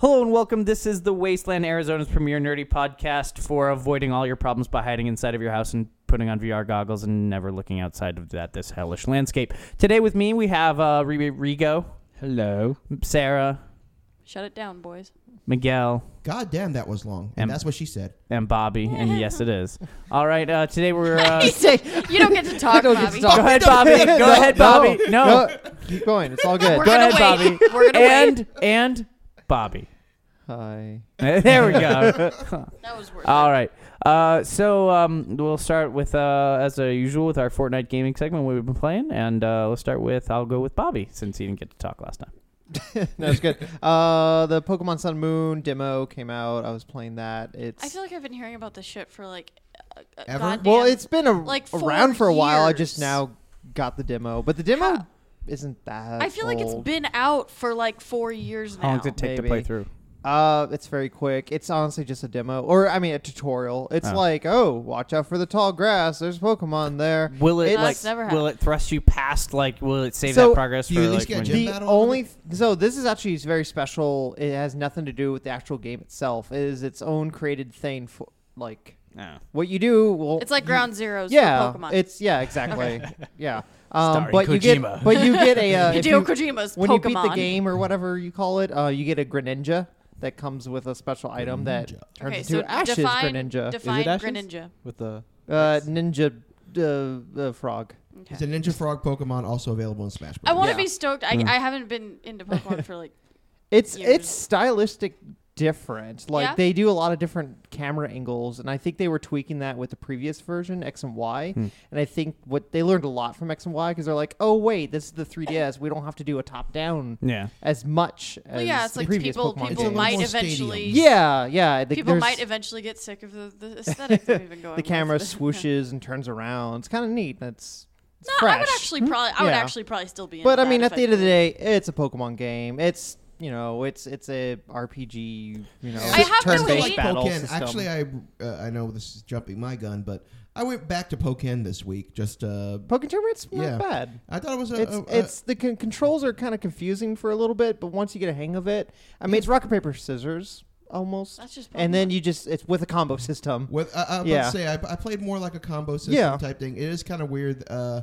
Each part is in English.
Hello and welcome. This is the Wasteland, Arizona's premier nerdy podcast for avoiding all your problems by hiding inside of your house and putting on VR goggles and never looking outside of that this hellish landscape. Today with me we have uh, Re- Rigo, Hello. Sarah, Shut it down, boys. Miguel, God damn, that was long. And Em- that's what she said. and Bobby. And yes, it is. All right. Uh, today we're. Uh, You don't get to talk, don't get Bobby. to talk. go ahead, Bobby. Go ahead, Bobby. No. Keep going. It's all good. Oh. We're Go gonna ahead, wait. Bobby. We're gonna and and Bobby. Hi. There we go. wait. That was worth All right. Uh, so um, we'll start with, uh, as uh, usual, with our Fortnite gaming segment we've been playing, and uh, let's start with I'll go with Bobby since he didn't get to talk last time. No, it's good. Uh, the Pokemon Sun Moon demo came out. I was playing that. It's it. I feel like I've been hearing about this shit for like uh, uh, Ever? goddamn- well, it's been a, like, four around for a while. I years. just now got the demo, but the demo How- isn't that. I feel like it's old. been out for like four years now. How long did it take to play Maybe. through? Uh, it's very quick. It's honestly just a demo, or I mean, a tutorial. It's Oh. like, oh, watch out for the tall grass. There's Pokemon there. Will it It's- like That's never will it happened. thrust you past like will it save So, that progress do for you at like least get when gym you- the battle on only th- so this is actually is very special. It has nothing to do with the actual game itself. It is its own created thing for like Oh. what you do. Well, It's like Ground Zeroes yeah, for Pokemon. it's yeah, exactly, yeah. Um, Starring but you Kojima. get but you get a uh, you if do Kojima's when you Pokemon. beat the game or whatever you call it, uh, you get a Greninja that comes with a special item that turns okay, into so Ash's define, Greninja. Define Ashes? Greninja. with the uh, ninja uh, uh, frog. Okay. It's a ninja frog Pokemon also available in Smash Bros. I want to Yeah. be stoked. I, Mm. I haven't been into Pokemon for like. It's years. it's stylistic different. Like Yeah? they do a lot of different camera angles, and I think they were tweaking that with the previous version X and Y. Hmm. And I think what they learned a lot from X and Y because they're like, oh wait, this is the 3DS. We don't have to do a top down Yeah. as much as Well, yeah, it's the like previous people Pokemon people It's a games." might little more eventually. Yeah, yeah. The, People there's- might eventually get sick of the, the aesthetic that we've been going. the with. camera swooshes and turns around. It's kind of neat. That's it's No, fresh. I would actually probably. I would Yeah. actually probably still be. into but I that mean, if at the end of the day, it's a Pokemon game. It's you know, it's it's a RPG. You know, Oh, I have to turn-based wait- battle Pokken. system. Actually, I uh, I know this is jumping my gun, but I went back to Pokken this week. Just uh, Pokemon Tournament's not Yeah. uh, bad. I thought it was a. It's a- a- it's the con- controls are kind of confusing for a little bit, but once you get a hang of it, I mean, it's rock paper scissors almost, That's just and then you just it's with a combo system. with, I, I was Yeah. about to say I, I played more like a combo system Yeah. type thing. It is kind of weird uh,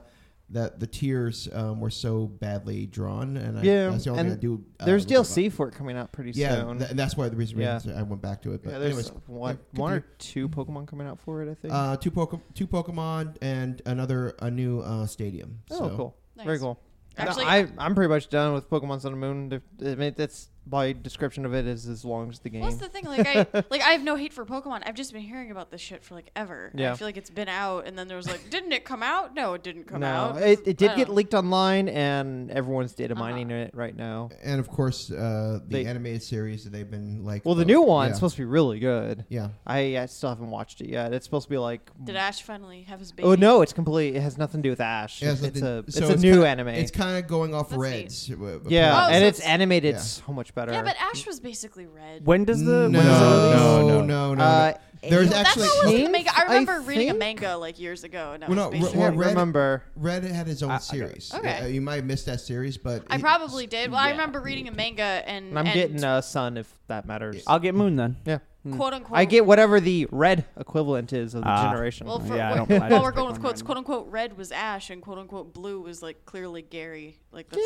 that the tiers um, were so badly drawn, and I, Yeah, that's the only and thing I do. uh, There's remember DLC for it coming out pretty about- Yeah, soon. tha- that's why the reason Yeah. I went back to it. But yeah, there's anyways, one, yeah, one or two Pokemon coming out for it, I think. Uh, two Poke- two Pokemon and another a new uh, stadium. Oh, So- cool. Nice. Very cool. Actually- Actually, I, I'm pretty much done with Pokemon Sun and Moon. The- I mean, that's my description of it is as long as the game. What's the thing? Like I like I have no hate for Pokemon. I've just been hearing about this shit for like ever. Yeah. I Yeah. feel like it's been out, and then there was like, didn't it come out? No, it didn't come no, out. it, it I did get don't- leaked online, and everyone's data Uh-huh. mining it right now. And of course, uh, the They- animated series that they've been like. Well, the new one's Yeah. supposed to be really good. yeah. I, I still haven't watched it yet. It's supposed to be like. Did Ash finally have his baby? Oh no! It's complete. It has nothing to do with Ash. It has it's nothing- a it's so a it's new kinda- anime. It's kind of going off That's Reds. w- Oh, yeah, apparently. and so it's, it's- animated Yeah. so much better. Yeah, but Ash was basically red. When does the no, when no, does it release? no, No, no, no, no. uh, There's Well, actually that's how it was in the Teen? manga. I I remember reading a think- manga like years ago, and that Well, was no, I basically. well, can't Red- remember. Red had his own series. Okay. Uh, you might have missed that series, but I it- probably did. Well, I yeah. remember reading a manga, and, And I'm and getting uh, Sun if that matters. I'll get Moon then. yeah. quote unquote. I get whatever the red equivalent is of the Ah. generation. Well, for, Yeah, I what- don't- I while don't we're pick going with one quotes, right now. quote unquote, red was Ash, and quote unquote, blue was like clearly Gary. Like that's,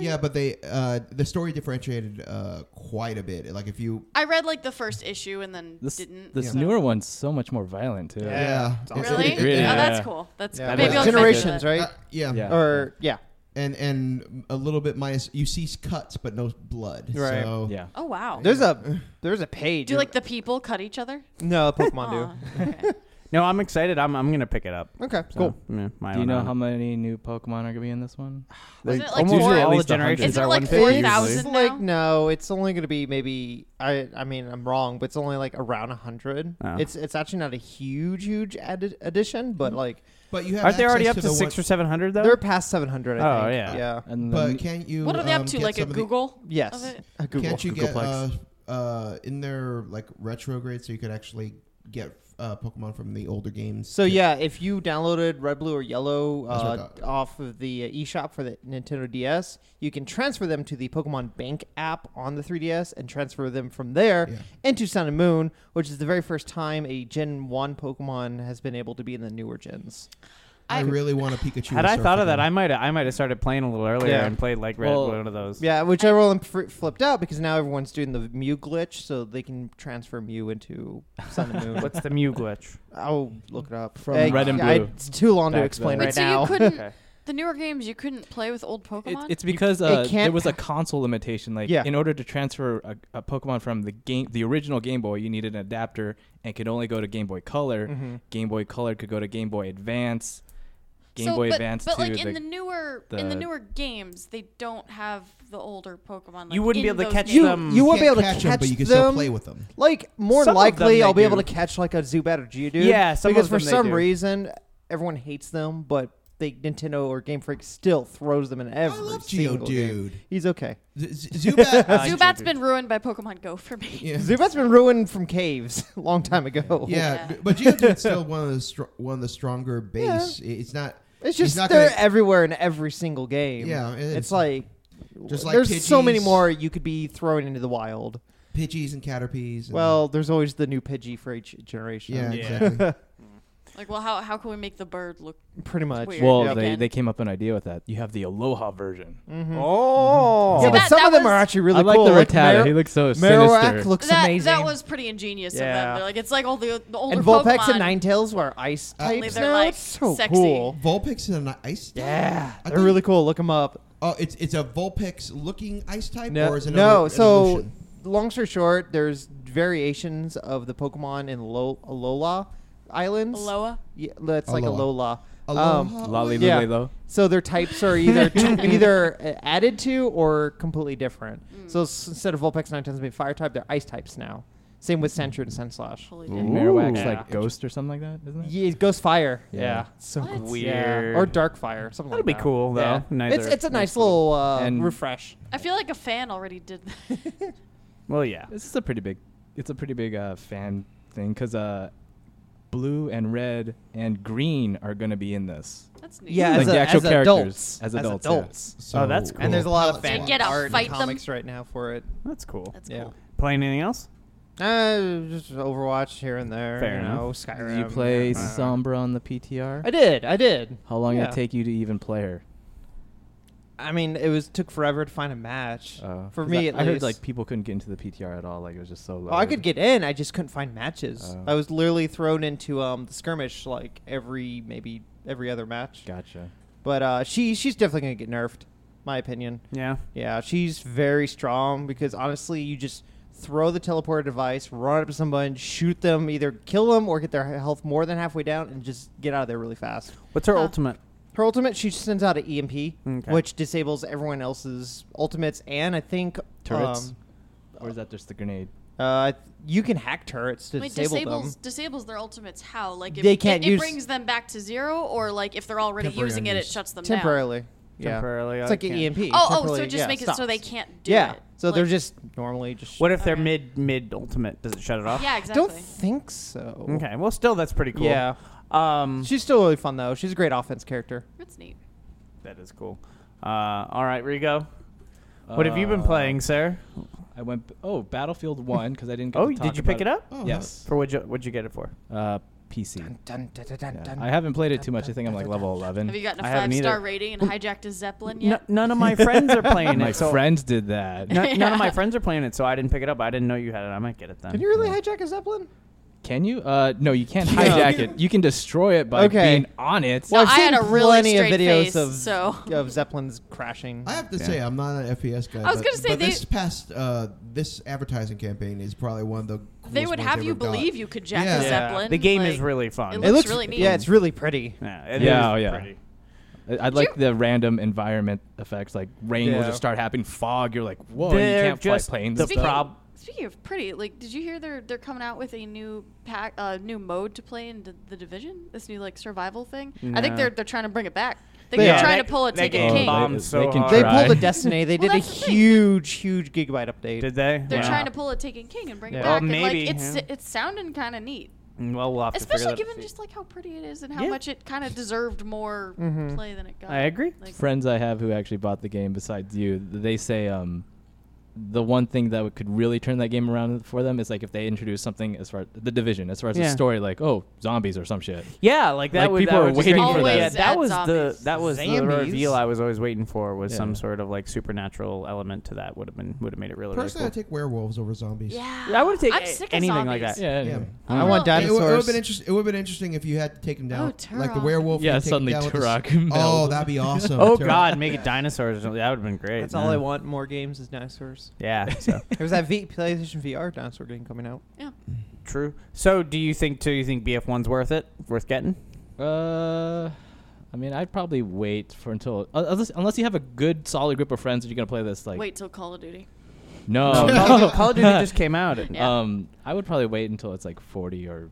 Yeah, but they uh, the story differentiated uh, quite a bit. Like if you. I read like the first issue and then this didn't. this so- newer one's so much more violent too. Yeah. Yeah. it's it- awesome. Really? it- it- Really? Oh, that's Yeah. cool. That's Yeah, was- maybe I'll check into generations, that. right? uh, yeah. Yeah. Or yeah, And and a little bit minus. You see cuts, but no blood. Right. So Yeah. Oh wow. there's a there's a page. Do like the people cut each other? no Pokemon Aw, okay. No, I'm excited. I'm I'm gonna pick it up. do. Okay, So, cool. yeah, my Do you own know item. how many new Pokemon are gonna be in this one? Wasn't it like almost four- all the Isn't it like generations are like 150 usually. 4,000? It's now? like no, it's only going to be maybe I I mean I'm wrong, but it's only like around hundred. Oh. It's it's actually not a huge huge added addition, but like But you have. Aren't they access already up to to, the six one- or seven hundred though? they're past seven hundred. Oh, I think. yeah. yeah. And then But can't you? What are they up um, to? get like a some of the- Google? Yes. it. A Google. Can't you get Googleplex. uh, uh, in their like retrograde so you could actually get uh, Pokemon from the older games. So to- yeah, if you downloaded Red, Blue, or Yellow That's what I uh, thought. off of the uh, eShop for the Nintendo DS, you can transfer them to the Pokemon Bank app on the 3DS and transfer them from there Yeah. into Sun and Moon, which is the very first time a Gen One Pokemon has been able to be in the newer gens. I, I- really want a Pikachu. Had and I thought Surfer of that, now. I might have I might have started playing a little earlier Yeah. and played like red Well, one of those. Yeah, which everyone fr- flipped out because now everyone's doing the Mew glitch, so they can transfer Mew into Sun and Moon. What's the Mew glitch? I'll look it up. From Red and I- Blue. it's too long to Back explain then. right so now. you couldn't Okay. the newer games you couldn't play with old It, Pokemon. it's because uh, there can't- was a console limitation. Like, Yeah. in order to transfer a, a Pokemon from the game, the original Game Boy, you needed an adapter and could only go to Game Boy Color. Mhm. Game Boy Color could go to Game Boy Advance. Game so, Boy but, Advance but to like the, in the newer in the the- newer games, they don't have the older Pokemon. Like, You wouldn't be in able to those catch games. them. you You won't be can't able to catch catch them, them, but you can still play with them. Like more Some of than likely, them I'll they be able to do. catch like a Zubat or Geodude. Yeah, some because of them for they some do. reason everyone hates them, but they Nintendo or Game Freak still throws them in every I love single game. Geodude. He's okay. Z- Z- Zubat. Uh, Zubat's been ruined by Pokemon Go for me. yeah. Zubat's been ruined from caves a long time ago. Yeah, Yeah. b- but Geodude's still one of the str- one of the stronger base. I- It's not. it's he's just not they're gonna- everywhere in every single game. Yeah, it it's is. like Just like there's so many Pidgeys. more you could be throwing into the wild. Pidgeys and Caterpies. And, Well, there's always the new Pidgey for each generation. yeah, Yeah. exactly. Like, well, how how can we make the bird look? pretty much. weird. well, Yeah. they, Again. they came up with an idea with that. You have the Aloha version. Oh. Yeah, but that- some that of them was- are actually really I like cool. the Like Rattata. Mar- he looks so Marowak sinister. looks that amazing. that was pretty ingenious of Yeah. them. They're like, it's like all the the older and Vulpix Pokemon. and Ninetales were ice Only types they're, now. like, it's so sexy. cool. Vulpix and an ice. type? Yeah, I they're think- really cool. Look them up. Oh, it's it's a Vulpix looking ice type, No, or is it no. another so, evolution? long story short, there's variations of the Pokemon in Lo- Alola Islands. Alola. Yeah, it's like Alola. Alola. Aloha. oh, Lolly Yeah. Lolly Lo. So their types are either either uh, added to or completely different. Mm. So s- instead of Vulpix Ninetales being fire type, they're ice types now. Same with Sentry and Sunslash. Holy And dick. Marowak's Ooh. like Yeah. Ghost or something like that, isn't it? Yeah, it goes fire. Yeah. Yeah, so What? cool. Weird. Yeah. Or dark fire. Something That'd like be that. cool, though. Neither- It's it's a nice nice little uh, And- refresh. I feel like a fan already did that. Well, yeah. This is a pretty big. It's a pretty big uh, fan thing because uh, blue and red and green are going to be in this. That's neat. Yeah, Like as, the a, actual as characters, adults, as adults, yeah. So Oh, that's cool. And there's a lot Palette of fan And get out, art fight and them. comics right now for it. That's cool. That's Yeah. cool. Playing anything else? Uh, just Overwatch here and there. Fair you enough. know, Did Skyrim. you play uh, Sombra on the PTR? I did. I did. How long did Yeah. it take you to even play her? I mean, it was took forever to find a match Uh, for 'cause me. I, at I heard least. like people couldn't get into the PTR at all. Like it was just so low. Oh, I could get in. I just couldn't find matches. Oh. I was literally thrown into um, the skirmish like every maybe every other match. Gotcha. But uh, she she's definitely gonna get nerfed, my opinion. Yeah. Yeah, she's very strong because honestly, you just throw the teleporter device, run up to someone, shoot them, either kill them or get their health more than halfway down, and just get out of there really fast. What's her Huh. ultimate? Her ultimate, she sends out an EMP, Okay. which disables everyone else's ultimates, and I think Turrets? um, Or is that just the grenade? uh, you can hack turrets to Wait, disable disables them. disables their ultimates how? Like if They can't it, it use- brings them back to zero, or like if they're already Temporary using it, it unused. shuts them temporarily. Yeah. Temporarily, it's I like an can't- down. EMP. Oh, oh, so temporarily, just yeah, make it so stops. they can't do Yeah, it. so they're Like- just normally just. What if they're Okay. mid mid ultimate? Does it shut it off? Yeah, I exactly. don't think so. Okay. Well, still that's pretty cool. Yeah. Um. She's still really fun though. She's a great offense character. That's neat. that is cool. Uh. All right, Rigo. What have you been Uh, playing, sir? I went. b- Oh, Battlefield One because I didn't. Get Oh, to did talk you pick about it up? Oh, yes. For what? You, what'd you get it for? Uh, PC. Dun, dun, dun, dun, Yeah. dun. I haven't played it too much. I think I'm like level 11. Have you gotten I a haven't five star either. rating and hijacked a N- zeppelin yet? none of my friends are playing My it. So friends did that. N- None of my friends are playing it, so I didn't pick it up. I didn't know you had it. I might get it then. Can you really hijack a zeppelin? Can you? Uh, no, you can't Yeah. hijack it. You can destroy it by Okay. being on it. Well, I've I seen had a really plenty of straight videos face, of so- of zeppelins crashing. I have to Yeah. say, I'm not an FPS guy. I was but- gonna say but they- this past uh, this advertising campaign is probably one of the. Coolest they would ones have I've you ever got. believe you could jack Yeah. a Yeah. zeppelin. The game like- is really fun. it it looks looks really neat. Yeah, it's really pretty. yeah, it Yeah, is oh, yeah. pretty. I- I'd like the random environment effects, like rain will Yeah. just start happening, fog. You're like, whoa, They're you can't fly just planes. the and stuff. prob- Speaking of pretty, like, did you hear they're they're coming out with a new pack, uh, new mode to play in the, the division? This new like survival thing. I think No. they're they're trying to bring it back. They, They they're are. trying That- to pull a that take a game king. bombed. Oh, They- so they can hard. They Try. pulled a Destiny. They Well, did a that's the thing. huge, huge gigabyte update. Did they? They're Yeah. trying to pull a taken king and bring Yeah. it Well, back. and, maybe, like, it's yeah. it's sounding kind of neat. Well, we'll have to figure Especially that out. given just like how pretty it is and how Yeah. much it kind of deserved more Mhm. play than it got. I agree. Like, friends I have who actually bought the game besides you, th- they say um, the one thing that could really turn that game around for them is like if they introduce something as far the division, as far as Yeah. the story, like oh zombies or some shit. Yeah, like that. Like, would, people that are would just waiting be- for that. Yeah, that was Always add the zombies. that was the Zombies. reveal I was always waiting for was some Yeah. sort of like supernatural element to that would have been would have made it really, really Personally, cool. I take werewolves over zombies. yeah. I would've taken I'm a- sick of anything like zombies. that. Yeah. Yeah. anyway. I I want don't- It would have dinosaurs. been interesting. It would have been interesting if you had to take them down, Oh, like the Turok. werewolf. Yeah, and take 'em suddenly down with the- Turok Oh, melted. that'd be awesome. Oh Turok. God, make it dinosaurs. or something. That would have been great. That's all I Yeah. want. More games is dinosaurs. Yeah. So. There was that v- PlayStation VR dinosaur game coming out. Yeah. True. So, do you think? Do you think BF1's worth it? Worth getting? Uh, I mean, I'd probably wait for until uh, unless, unless you have a good solid group of friends that you're gonna play this. Like Wait till Call of Duty. Oh, no, No, Call, of- Call of Duty just came out. and- Yeah. Um, I would probably wait until it's like forty or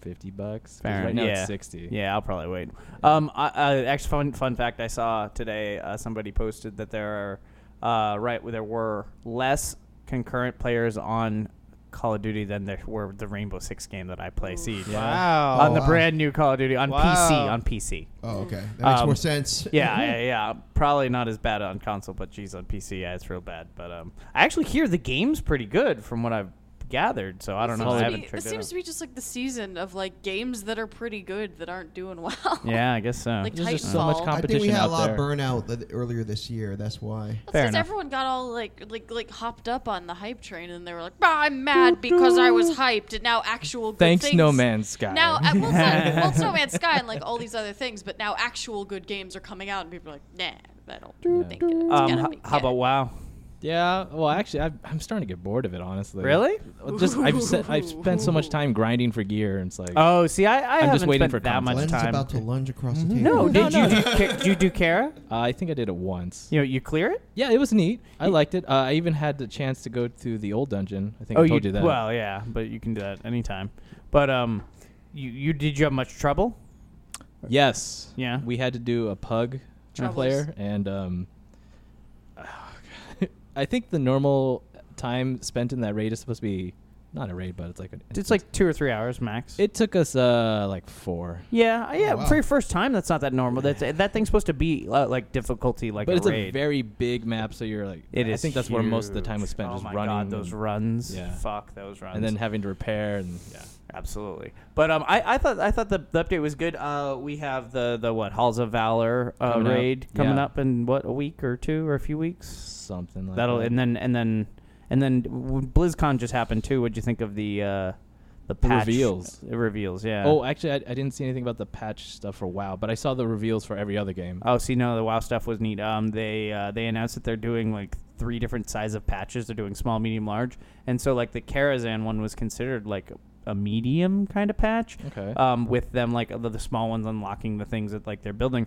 fifty bucks. 'cause Fair Right enough. now Yeah. it's sixty. Yeah, I'll probably wait. Um, I, uh, actually, fun fun fact I saw today: uh, somebody posted that there are uh, right there were less concurrent players on Call of Duty than there were the Rainbow Six game that I play. Oof. Siege Yeah. Wow. on the wow. brand new Call of Duty on PC Wow. on PC. Oh, okay. That makes Um, more sense. Yeah, yeah, yeah. Probably not as bad on console, but geez, on PC, yeah, it's real bad. But um, I actually hear the game's pretty good from what I've gathered. So I don't know. I Seems to haven't be, checked this it seems out. to be just like the season of like games that are pretty good that aren't doing well. Yeah, I guess so. Like There's just so Titanfall. much I I think we competition had a out lot there. of burnout th- earlier this year. That's why. That's Fair 'cause enough. everyone got all like like like hopped up on the hype train and they were like, "Bah, I'm Oh, mad because I was hyped and now actual good Thanks, things. No Man's Sky. Now, uh, well, it's not, well, it's No Man's Sky and like all these other things, but now actual good games are coming out and people are like, "Nah, I don't Yeah. think it. it's um, gonna h- be how good." about WoW? Yeah. Well, actually, I've, I'm starting to get bored of it, honestly. Really? Well, Just I've se- I've spent so much time grinding for gear, and it's like uh, Oh, see, I, I just haven't waiting spent for that much console. Len's time. about to lunge across the table. no, Mm-hmm. No, did no. you do? Ca- did you do Kara? uh, I think I did it once. You know, you clear it. Yeah, it was neat. I liked it. Uh, I even had the chance to go through the old dungeon. I think I told you, that. Oh, Well, yeah, but you can do that anytime. But um, you you did you have much trouble? yes. Yeah. We had to do a pug Troubles. player, and um, I think the normal time spent in that raid is supposed to be not a raid, but it's like an It's like two or three hours max. it took us uh like four. yeah, I- yeah. Oh, wow. For your first time, that's not that normal. That's that thing's supposed to be uh, like difficulty, like but a it's raid. a very big map, so you're like it I is. think that's where most of the huge. time was spent, Oh just my running. God, those and- runs. Yeah. Fuck those runs. and then having to repair and yeah. Absolutely, but um, I, I thought I thought the, the update was good. Uh, we have the the what Halls of Valor uh, Coming up. raid coming Yeah. up in what a week or two or a few weeks. something like That'll that. and then and then and then w- BlizzCon just happened too. What'd you think of the uh, the patch reveals. Uh, reveals, yeah. Oh, actually, I, I didn't see anything about the patch stuff for WoW, but I saw the reveals for every other game. Oh, see, no, the WoW stuff was neat. Um, they uh, they announced that they're doing like three different size of patches. They're doing small, medium, large, and so like the Karazhan one was considered like a medium kind of patch. Okay. Um, with them like the, the small ones unlocking the things that like they're building,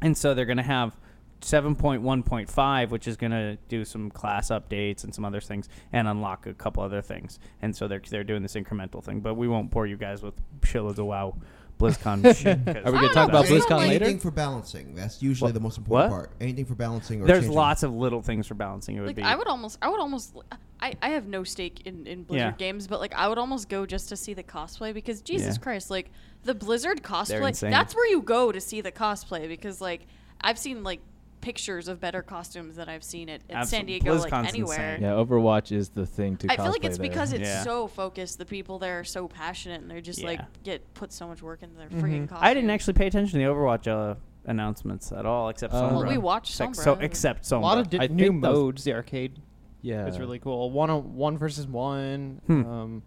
and so they're gonna have. 7.1.5 which is going to do some class updates and some other things and unlock a couple other things and so they're they're doing this incremental thing but we won't bore you guys with shitloads of wow blizzcon shit 'cause Are we I gonna don't talk know, it's about Anything- not BlizzCon like- later? Anything for balancing. That's usually Wha- the most important what? part. Anything for balancing or There's changing. lots of little things for balancing. It would Like be. I would almost, I would almost, I, I have no stake in in Blizzard Yeah. games, but like I would almost go just to see the cosplay because Jesus Yeah. Christ, like the Blizzard cosplay, insane. that's where you go to see the cosplay because like I've seen like pictures of better costumes than I've seen at, at San Absolute- Diego, BlizzCon's like anywhere. insane. yeah, Overwatch is the thing to. I feel like cosplay it's because there. it's Yeah. so focused. The people there are so passionate, and they're just like Yeah. Mm-hmm. get put so much work into their Mhm. freaking costumes. I didn't actually pay attention to the Overwatch uh, announcements at all, except Uh, Sombra. Well, we watched Like, so, Sombra. except Oh. A Sombra. lot of di- I new think that was- modes. The arcade yeah. is really cool. One on one versus one. Hmm. Um,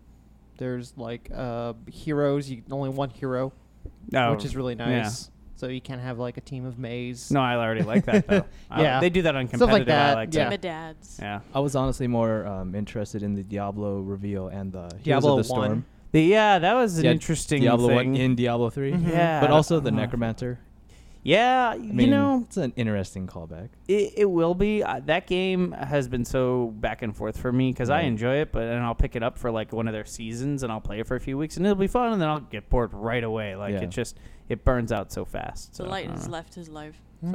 there's like uh, heroes. You only one hero, Oh, which is really yeah. nice. So you can have like a team of maze. No, I already like that though. I- Yeah. they do that on Stuff competitive. like I that, like yeah. that. dads. Yeah. I was honestly more um, interested in the Diablo reveal and the Heroes Diablo of the one. Storm. The, yeah, that was an Yeah, interesting Diablo thing. one in Diablo three. Mhm. Yeah, But also the uh, Necromancer. Yeah, I you mean, know, it's an interesting callback. it, it will be. Uh, that game has been so back and forth for me because I Right. enjoy it, but and I'll pick it up for like one of their seasons and I'll play it for a few weeks and it'll be fun and then I'll get bored right away. Like Yeah. it just it burns out so fast. The So, uh-huh. light I don't has know. left his life. Uh,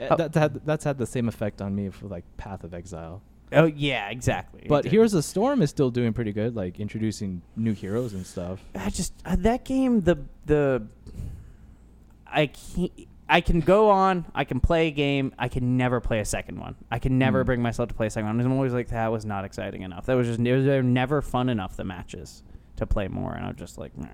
Oh. that, that that's had the same effect on me for like Path of Exile. Oh yeah, exactly. But exactly. Heroes of the Storm is still doing pretty good, like introducing new heroes and stuff. I just uh, that game the the I can I can go on, I can play a game, I can never play a second one. I can never Mm. bring myself to play a second one. I'm always like that was not exciting enough. That was just they were never fun enough the matches to play more and I'm just like, nah.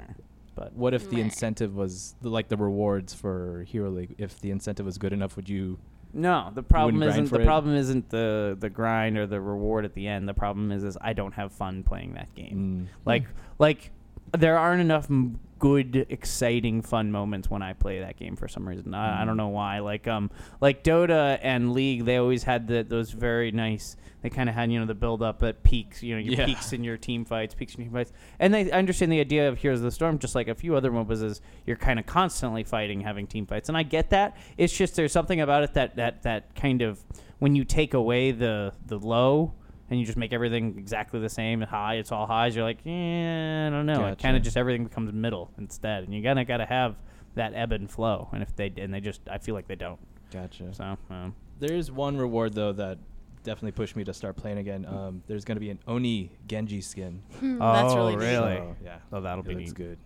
but What if the Meh. incentive was the, like the rewards for Hero League? If the incentive was good enough, would you? no, the problem grind isn't for the it? problem isn't the the grind or the reward at the end. The problem is is I don't have fun playing that game. Mm. Like like there aren't enough m- good, exciting, fun moments when I play that game for some reason. I, Hmm. I don't know why. Like um like Dota and League, they always had the, those very nice. They kind of had you know the build up at peaks. You know your Yeah. peaks in your team fights, peaks in your team fights. And they I understand the idea of Heroes of the Storm, just like a few other MOBAs, is you're kind of constantly fighting, having team fights, and I get that. It's just there's something about it that that that kind of when you take away the the low and you just make everything exactly the same and high, it's all highs. You're like, yeah, I don't know. It Gotcha. kind of just everything becomes middle instead, and you kind of got to have that ebb and flow. And if they and they just, I feel like they don't. Gotcha. So um, There is one reward though that definitely pushed me to start playing again. Um, there's going to be an Oni Genji skin. Hmm, that's really, Oh, neat. really? So, yeah. Oh, that'll it be looks neat. good.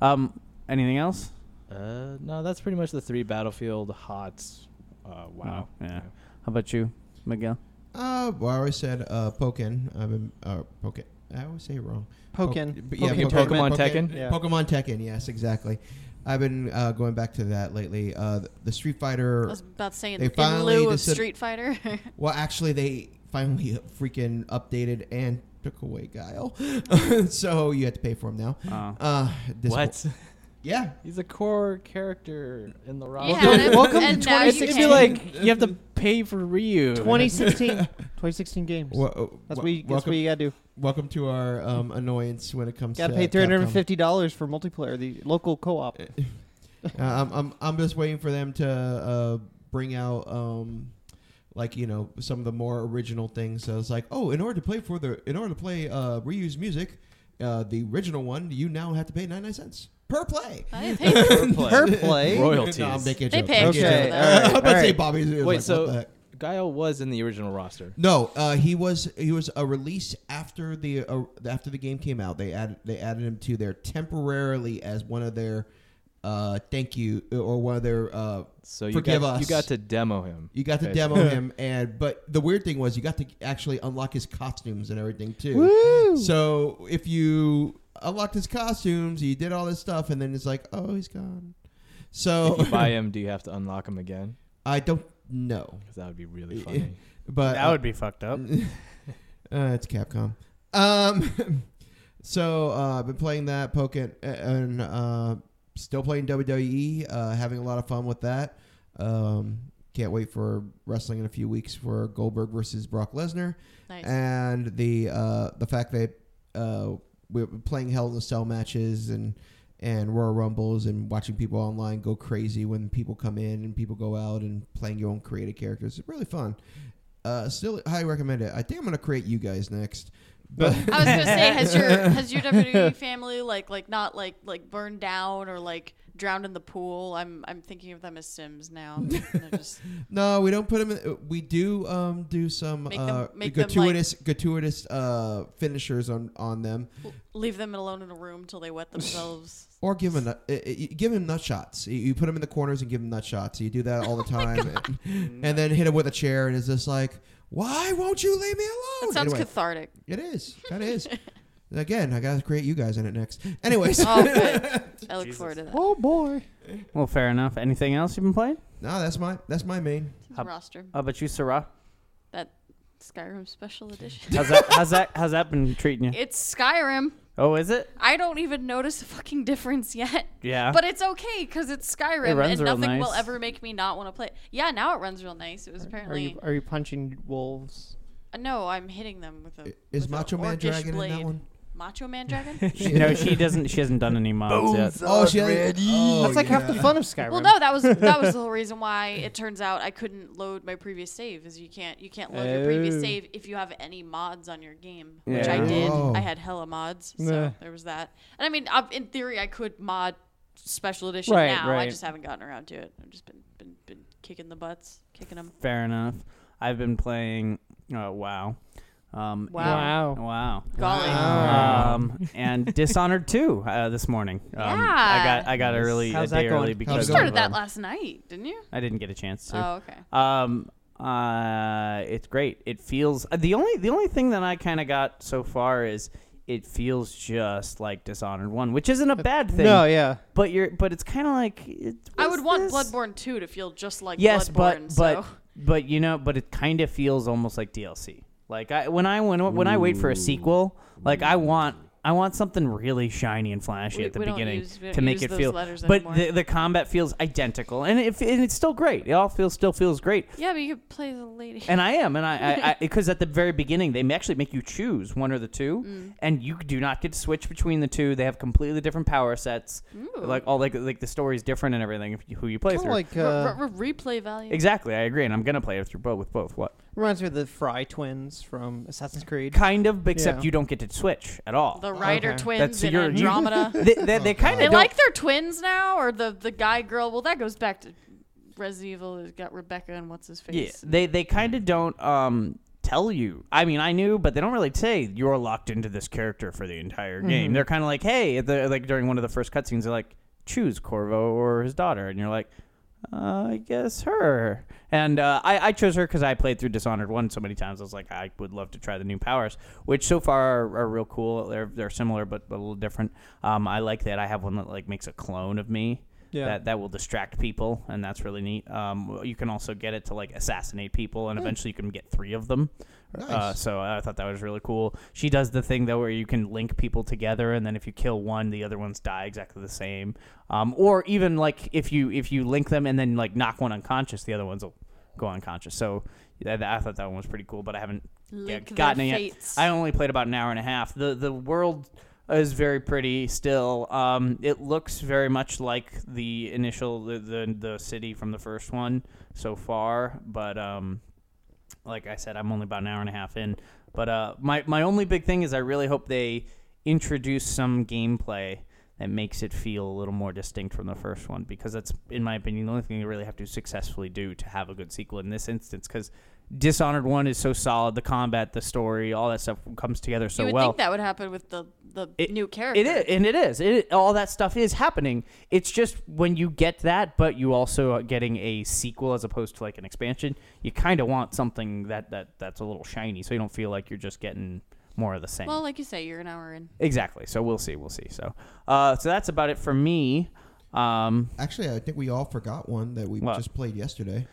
um, anything else? Uh, no, that's pretty much the three Battlefield hots. Uh, wow. No. Yeah. How about you, Miguel? Uh, well, I always said uh, Pokken. I've been uh, Pokken. I always say it wrong. Pokken. Pok- but yeah, Pokken Pokken, Pokemon Tekken? Yeah. Pokemon Tekken. Yes, exactly. I've been uh, going back to that lately. Uh, the, the Street I Fighter. was about saying They in finally lieu of decid- Street Fighter. Well, actually, they finally freaking updated and took away Guile, so you have to pay for him now. Uh, Uh, dis- What? Yeah. He's a core character in the You roster. had him, welcome to and now you 2016. It'd can't. be like you have to pay for Ryu. 2016. 2016 games. Wha- uh, That's wha- what you, that's welcome, what you gotta do. welcome to our um, annoyance when it comes Gotta to pay Capcom. three hundred and fifty dollars for multiplayer, the local co-op. Uh, I'm, I'm, I'm just waiting for them to uh, bring out um, like you know some of the more original things. So it's like, oh, in order to play for the in order to play uh, reuse music, uh, the original one, you now have to pay 99 cents per play. I didn't pay for it. Per play. Royalties. No, I'm making a They joke. pay I'm making a extra joke. for that. I'm about to say Alright. Bobby's. Wait, Wait, like, so- what the heck? Guile was in the original roster. No, uh, he was he was a release after the uh, after the game came out. They added they added him to there temporarily as one of their uh, thank you or one of their uh, So you forgive got, us. You got to demo him. you got to demo him and but the weird thing was you got to actually unlock his costumes and everything too. So if you unlocked his costumes, you did all this stuff, and then it's like, oh, he's gone. If you So buy him, do you have to unlock him again? I don't know, Because that would be really funny. but uh, that would be fucked up. Uh, it's Capcom. Um, so uh, I've been playing that Pokken uh, and uh, still playing WWE. Uh, having a lot of fun with that. Um, can't wait for wrestling in a few weeks for Goldberg versus Brock Lesnar, Nice. and the uh, the fact that uh, we're playing Hell in a Cell matches and and Royal Rumbles and watching people online go crazy when people come in and people go out and playing your own creative characters. It's really fun. Uh, still, highly recommend it. I think I'm gonna create you guys next. But I was gonna say, has your has your WWE family like like not like like burned down or like drowned in the pool? I'm I'm thinking of them as Sims now. And they're just- no, we don't put them. In, uh, we do um, do some Make them- uh, make them, like- gratuitous gratuitous uh, finishers on on them, l- leave them alone in a room till they wet themselves. or give them nut, uh, uh, you give them nut shots. You- You put them in the corners and give them nut shots. You do that all the Oh time, Mm. and, and then hit them with a chair, and it's just like, why won't you leave me alone? That sounds Anyway, cathartic. It is. That is. Again, I gotta create you guys in it next. Anyways, Oh, good. I look forward to that. Oh boy. well, fair enough. Anything else you've been playing? no, that's my that's my main. How- roster. How about you, Sarah? That Skyrim special edition. How's that? how's that? How's that been treating you? it's Skyrim. Oh, is it? I don't even notice a fucking difference yet. Yeah. But it's okay because it's Skyrim, runs and real nothing will nice. ever make me not want to play. it. Yeah, now it runs real nice. It was Are apparently you are you punching wolves? Uh, no. I'm hitting them with a Is with a Macho Man orcish Dragon blade. in that one? Macho Man Dragon? She- no, she doesn't. She hasn't done any mods yet. Oh, she had, oh, That's like half the yeah. fun of Skyrim. well, no, that was that was the whole reason why it turns out I couldn't load my previous save is you can't you can't load your Oh. previous save if you have any mods on your game, which I Yeah. did. Oh. I had hella mods, so Nah. there was that. And I mean, i in theory, I could mod special edition Right, now. I right. just haven't gotten around to it. I've just been been, been kicking the butts, kicking them. Fair enough. I've been playing Oh wow. Um, Wow. and- wow. Golly. Wow. Um, and Dishonored 2 uh, this morning. Um, I Yeah. got I got early How's a that day going? early How's because it of, going? started that um, last night, didn't you? I didn't get a chance to. Oh, okay. Um, uh, it's great. It feels uh, the only the only thing that I kind of got so far is it feels just like Dishonored one, which isn't a bad thing. Uh, No, yeah. but you're but it's kind of like it, I would what's want this? Bloodborne 2 to feel just like Yes, Bloodborne. but but so. but you know, but it kind of feels almost like DLC. Like I when I when, when I wait for a sequel, like I want I want something really shiny and flashy We- at the we don't beginning use- we don't to make use it those feel. letters But anymore. the, the combat feels identical, and it and it's still great. It all feels still feels great. Yeah, but you could play the lady. And I am, and I, I, because at the very beginning they actually make you choose one or the two, Mm. and you do not get to switch between the two. They have completely different power sets, like all like like the story's different and everything. If you, who you play Kind through? of like Re- uh, re- re- replay value. exactly, I agree, and I'm gonna play it through both with both. What reminds me of the Fry twins from Assassin's Creed. kind of, except Yeah. you don't get to switch at all. The Rider Okay. twins so in you're- you- Andromeda. they they, they kind of they like their twins now, or the the guy girl. Well, that goes back to Resident Evil. It's got Rebecca and what's his Yeah, face. they they kind of don't um tell you. I mean, I knew, but they don't really say you're locked into this character for the entire game. They're kind of like, hey, at the, like during one of the first cutscenes, they're like, choose Corvo or his daughter, and you're like. Uh, I guess her, and uh, I, I chose her because I played through Dishonored one so many times. I was like, I would love to try the new powers, which so far are, are real cool. They're they're similar but a little different. Um, I like that I have one that like makes a clone of me, Yeah. that that will distract people, and that's really neat. Um, you can also get it to like assassinate people, and eventually you can get three of them. Uh, Nice. so I thought that was really cool. She does the thing though where you can link people together, and then if you kill one, the other ones die exactly the same. Um, or even like if you if you link them and then like knock one unconscious, the other ones will go unconscious. So yeah, that- I thought that one was pretty cool, but I haven't Link yeah, their gotten it yet. fates. I only played about an hour and a half. the The world is very pretty still. Um, it looks very much like the initial the, the the city from the first one so far, but um, like I said, I'm only about an hour and a half in. But uh, my my only big thing is I really hope they introduce some gameplay that makes it feel a little more distinct from the first one because that's, in my opinion, the only thing you really have to successfully do to have a good sequel in this instance. Because Dishonored One is so solid, the combat, the story, all that stuff comes together so you would well. think that would happen with the the It- new character. It is, and it is. It all that stuff is happening. It's just when you get that, but you also are getting a sequel as opposed to like an expansion. You kind of want something that that that's a little shiny, so you don't feel like you're just getting more of the same. Well, like you say, you're an hour in. exactly. So we'll see. We'll see. So, uh, so that's about it for me. Um, Actually, I think we all forgot one that we What? just played yesterday.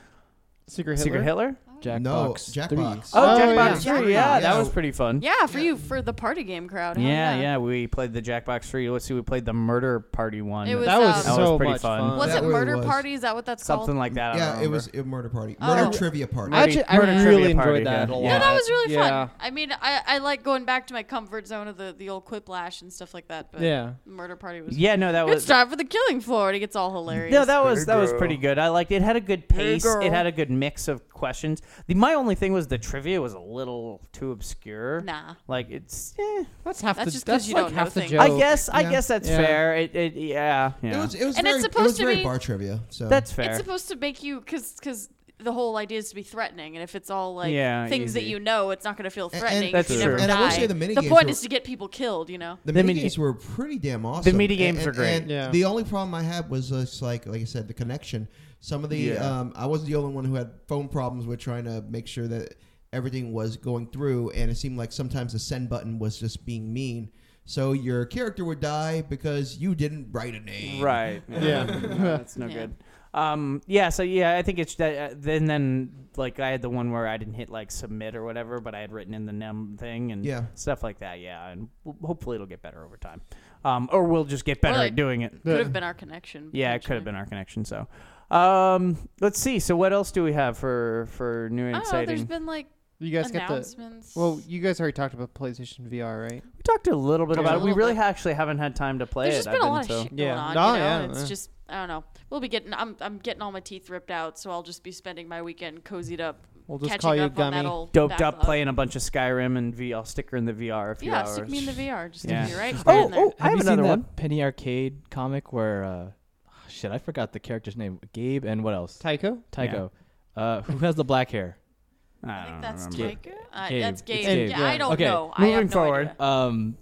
Secret Hitler. Secret Hitler. Jackbox no, three. Jackbox. Oh, Oh, Jackbox yeah. Three. Yeah, that Jackbox. Yeah. was pretty fun. Yeah, for you, for the party game crowd. Hell Yeah, yeah, we played the Jackbox Three. Let's see, we played the Murder Party one. It was, That was um, That so was pretty much fun. fun. Was That it really murder was. party? Is that what that's something called? like that. I don't Yeah, it remember. was a murder party. Oh. Murder Murder- trivia party. I actually, I Murder really Trivia enjoyed Party, that yeah. a No, lot. that No, that was really yeah. fun. I mean, I, I like going back to my comfort zone of the, the old quiplash and stuff like that. But Yeah. murder party was Yeah, no, that It's was time for the killing floor, and it gets all hilarious. No, that was that was pretty good. I liked it. It Had a good pace. girl. it had a good mix of questions. The, my only thing was the trivia was a little too obscure. nah. Like it's, eh, That's half That's the just 'cause that's you like don't know half the things. joke. I guess I Yeah. guess that's Yeah. fair. It, it yeah yeah. It was. It was And very, it's it was supposed to very be- bar trivia. So that's fair. It's supposed to make you because because the whole idea is to be threatening, and if it's all like Yeah, things that easy. you know, it's not going to feel and- threatening. That's if you true. Never And die. I will say the minigames point were- is to get people killed. You know. the The minigames mini- were pretty damn awesome. minigames And- are great. and Yeah. The only problem I had was just like, like I said, the connection. Some of the, Yeah. um, I wasn't the only one who had phone problems with trying to make sure that everything was going through, and it seemed like sometimes the send button was just being mean. So your character would die because you didn't write a name. Right. Yeah. No, that's no Yeah. good. Um. Yeah. So yeah, I think it's that. Uh, then then like I had the one where I didn't hit like submit or whatever, but I had written in the num thing and Yeah. stuff like that. Yeah, and w- hopefully it'll get better over time. Um. Or we'll just get better Well, at it- doing it. Could have been our connection. Yeah, it could have potentially. been our connection. So, um, let's see. So, what else do we have for for new and I don't know. Oh, There's exciting? been like You guys get the announcements. well. You guys already talked about PlayStation VR, right? we talked a little bit Yeah. about A it. We little really bit. actually haven't had time to play There's it. just I've been a lot so- of shit Yeah. going on. No, you know? yeah, it's yeah. just I don't know. We'll be getting. I'm I'm getting all my teeth ripped out, so I'll just be spending my weekend cozied up, We'll just catching call you up on Gummy. that old doped up backlog. playing a bunch of Skyrim and VR. I'll stick her in the VR a few Yeah, hours. stick me in the VR. Just Yeah. yeah. right. Oh, in there. oh. I have Have you seen another that one. Penny Arcade comic where, uh, shit, I forgot the character's name. Gabe and what else? Tycho. Tycho, uh, who has the black hair. oh. I, I think don't that's remember. Tyke. Uh, Gabe. That's It's Gabe. Gabe. Yeah, I don't Okay, know. I moving have no forward. idea. Um,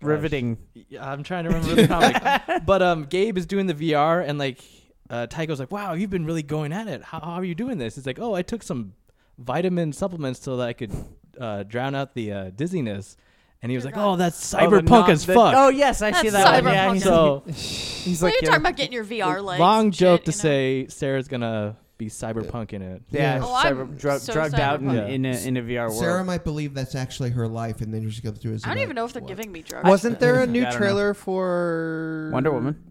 riveting. Yeah, I'm trying to remember the comic. but um, Gabe is doing the VR, and like uh, Tycho's like, "Wow, you've been really going at it. How, how are you doing this?" It's like, "Oh, I took some vitamin supplements so that I could uh, drown out the uh, dizziness." And he was like, "Oh, that's Oh, but cyberpunk not as the- fuck." Oh yes, I see That's that. One. cyberpunk. Yeah, he's, so he's Well, like you're yeah. talking about getting your VR legs. long and joke shit, to you know? say Sarah's gonna be cyberpunk in it. yeah, Yeah. Oh, I'm cyber, drug, so drugged out in, cyberpunk. in, a, in a VR world. Sarah might believe that's actually her life, and then she comes to us. I don't and even like, know if they're what? giving me drugs. Wasn't there a I new don't know. trailer for Wonder Woman.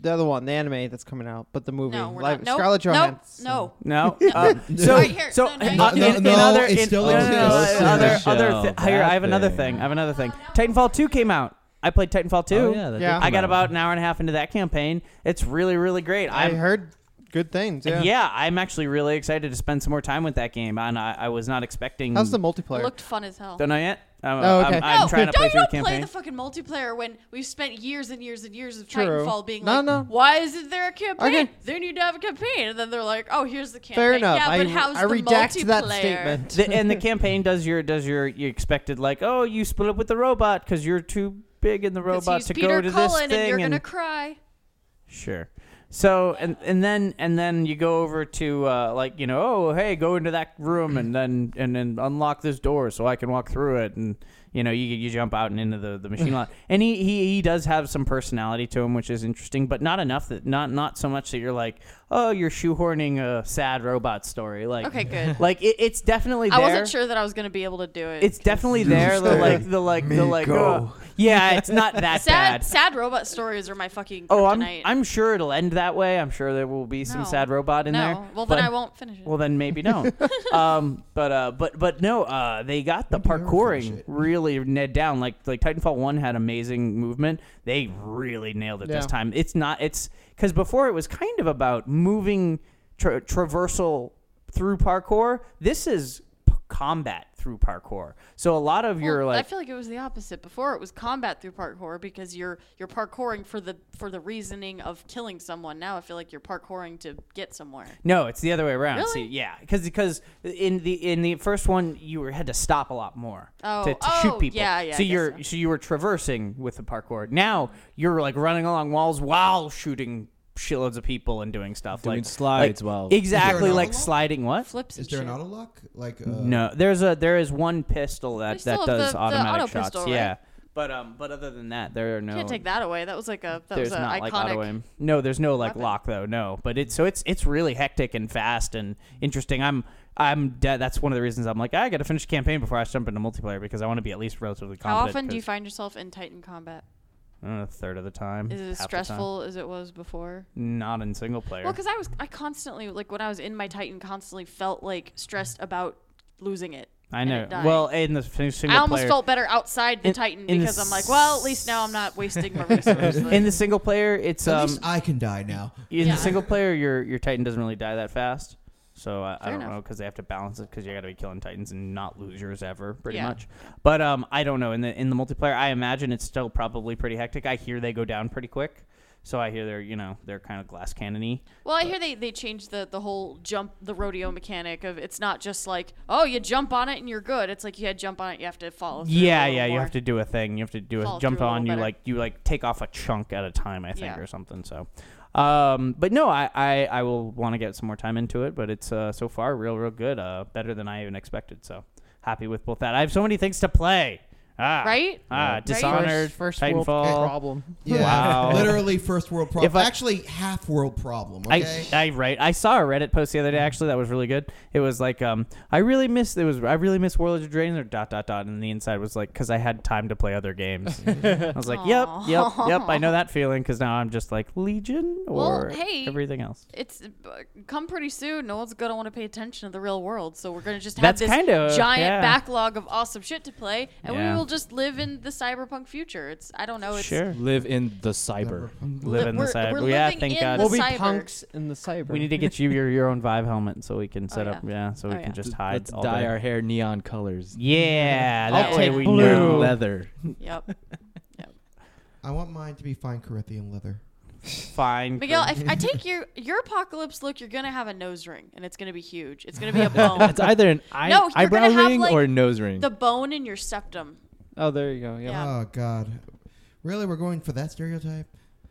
The other one, the anime that's coming out, but the movie, No, we're Live- not. Nope, Scarlett nope, Johansson. no. No. Um, so Right here. so No, no, uh, no, in, no, in no, other it in, still no, no, no, exists. no, other Michelle, other thi- here that I have another thing. thing. I have another thing. Titanfall 2 came out. I played Titanfall 2. Oh, yeah, that did Yeah. come I got out. about an hour and a half into that campaign. It's really really great. I I'm- heard good things. Yeah. Yeah. I'm actually really excited to spend some more time with that game, and I, I was not expecting. How's the multiplayer? It looked fun as hell. Don't know yet. I'm, Oh, okay. I'm, I'm no, trying to don't play through you the wanna campaign. play the fucking multiplayer when we've spent years and years and years of True. Titanfall being No, like, no. why isn't there a campaign? Okay. They need to have a campaign, and then they're like, oh, here's the campaign. Fair enough. Yeah, I, but how's I the redact multiplayer? that statement. The- and the campaign does your does your you expected like oh you split up with the robot because you're too big in the 'Cause robot he's to Peter go to this Cullen thing and you're and- gonna cry. Sure. So and and then and then you go over to uh, like you know oh hey go into that room and then and then unlock this door so I can walk through it and you know you you jump out and into the, the machine lot and he, he he does have some personality to him which is interesting but not enough that not not so much that you're like oh you're shoehorning a sad robot story like Okay, good. like it, it's definitely I there. wasn't sure that I was gonna be able to do it. It's definitely there. The like the like the like. oh. yeah, it's not that sad. bad. Sad robot stories are my fucking. Oh, I'm kryptonite. I'm sure it'll end that way. I'm sure there will be some No. sad robot in no. there. Well, then but- I won't finish it. Well, then maybe no. um, but uh, but but no. Uh, they got the Maybe I will finish parkouring it. really ned down. Like like Titanfall one had amazing movement. They really nailed it this Yeah. time. It's not it's because before it was kind of about moving tra- traversal through parkour. This is p- combat through parkour. So a lot of your Well, like I feel like it was the opposite. Before it was combat through parkour because you're you're parkouring for the for the reasoning of killing someone. Now I feel like you're parkouring to get somewhere. No, it's the other way around. Really? See, yeah, because in the in the first one you were, had to stop a lot more Oh, to, to oh, shoot people. yeah, yeah, I So guess you're so. so. you were traversing with the parkour. Now you're like running along walls while shooting shitloads of people and doing stuff Doing like slides like- while- exactly Is there an like envelope? sliding. What? Flips. Is and there an shit. auto lock? Like uh, No, there's a there is one pistol They that still that have does the- the automatic auto shots. pistol, right? Yeah, but um, but other than that, there are no. Can't take that away. That was like a that there's was an not iconic. like auto aim. No, there's no like weapon. lock though. No, but it's so it's it's really hectic and fast and interesting. I'm I'm de- that's one of the reasons I'm like I got to finish the campaign before I jump into multiplayer because I want to be at least relatively How competent. often do you 'cause, find yourself in Titan combat? I don't know, a third of the time? Is it as half the time. stressful as it was before? Not in single player. Well, because I was I constantly like when I was in my Titan constantly felt like stressed about losing it. I and know. it dying. Well, in the fin- single I almost player, felt better outside the In- Titan in the because I'm like, well, at least now I'm not wasting my resources. in the single player, it's At um least I can die now. in Yeah. the single player, your your Titan doesn't really die that fast. So I, I Fair don't enough. know because they have to balance it because you got to be killing Titans and not lose yours ever, pretty Yeah. much. But um, I don't know in the in the multiplayer, I imagine it's still probably pretty hectic. I hear they go down pretty quick, so I hear they're you know they're kind of glass cannony. Well, I hear they, they changed the, the whole jump the rodeo mechanic of it's not just like oh you jump on it and you're good. It's like you had jump on it, you have to follow. Through Yeah, a little yeah, you more. have to do a thing. You have to do a Follow jump through a on. little You better. like you like take off a chunk at a time, I think, Yeah. or something. So, um, but no, I I, I will want to get some more time into it. But it's uh, so far real real good. Uh, better than I even expected. So happy with both that. I have so many things to play. Ah, Right? Ah, Right? Dishonored, First, first world Titanfall. problem. Yeah, Wow. literally first world If problem. I- Actually, half world problem. I, Okay. I right I saw a Reddit post the other day actually that was really good. It was like um I really miss it was I really miss World of Drains or dot dot dot and the inside was like because I had time to play other games. I was like yep yep yep I know that feeling because now I'm just like Legion or Well, hey. everything else. It's uh, come pretty soon. No one's gonna want to pay attention to the real world, so we're gonna just have That's this kinda- giant yeah. backlog of awesome shit to play, and Yeah. we will just live in the cyberpunk future. It's I don't know. Oh, It's Sure, Live in the cyber. live in the we're- cyber. we're Yeah, living thank in God. the We'll be cyber. punks in the cyber. we need to get you your your own Vive helmet so we can set yeah. up yeah so we Oh, can yeah. just hide Let's all dye day. our hair neon colors. Yeah, that I'll way take we Wear know. leather. Yep. I want mine to be fine Corinthian leather. Fine. Miguel, great. if I take your your apocalypse look, you're gonna have a nose ring, and it's gonna be huge. It's gonna be a bone. It's either an eye, No, you're gonna eyebrow have, ring like, or a nose ring. the bone in your septum. Oh, there you go. Yeah. Yeah. Oh God, really? We're going for that stereotype?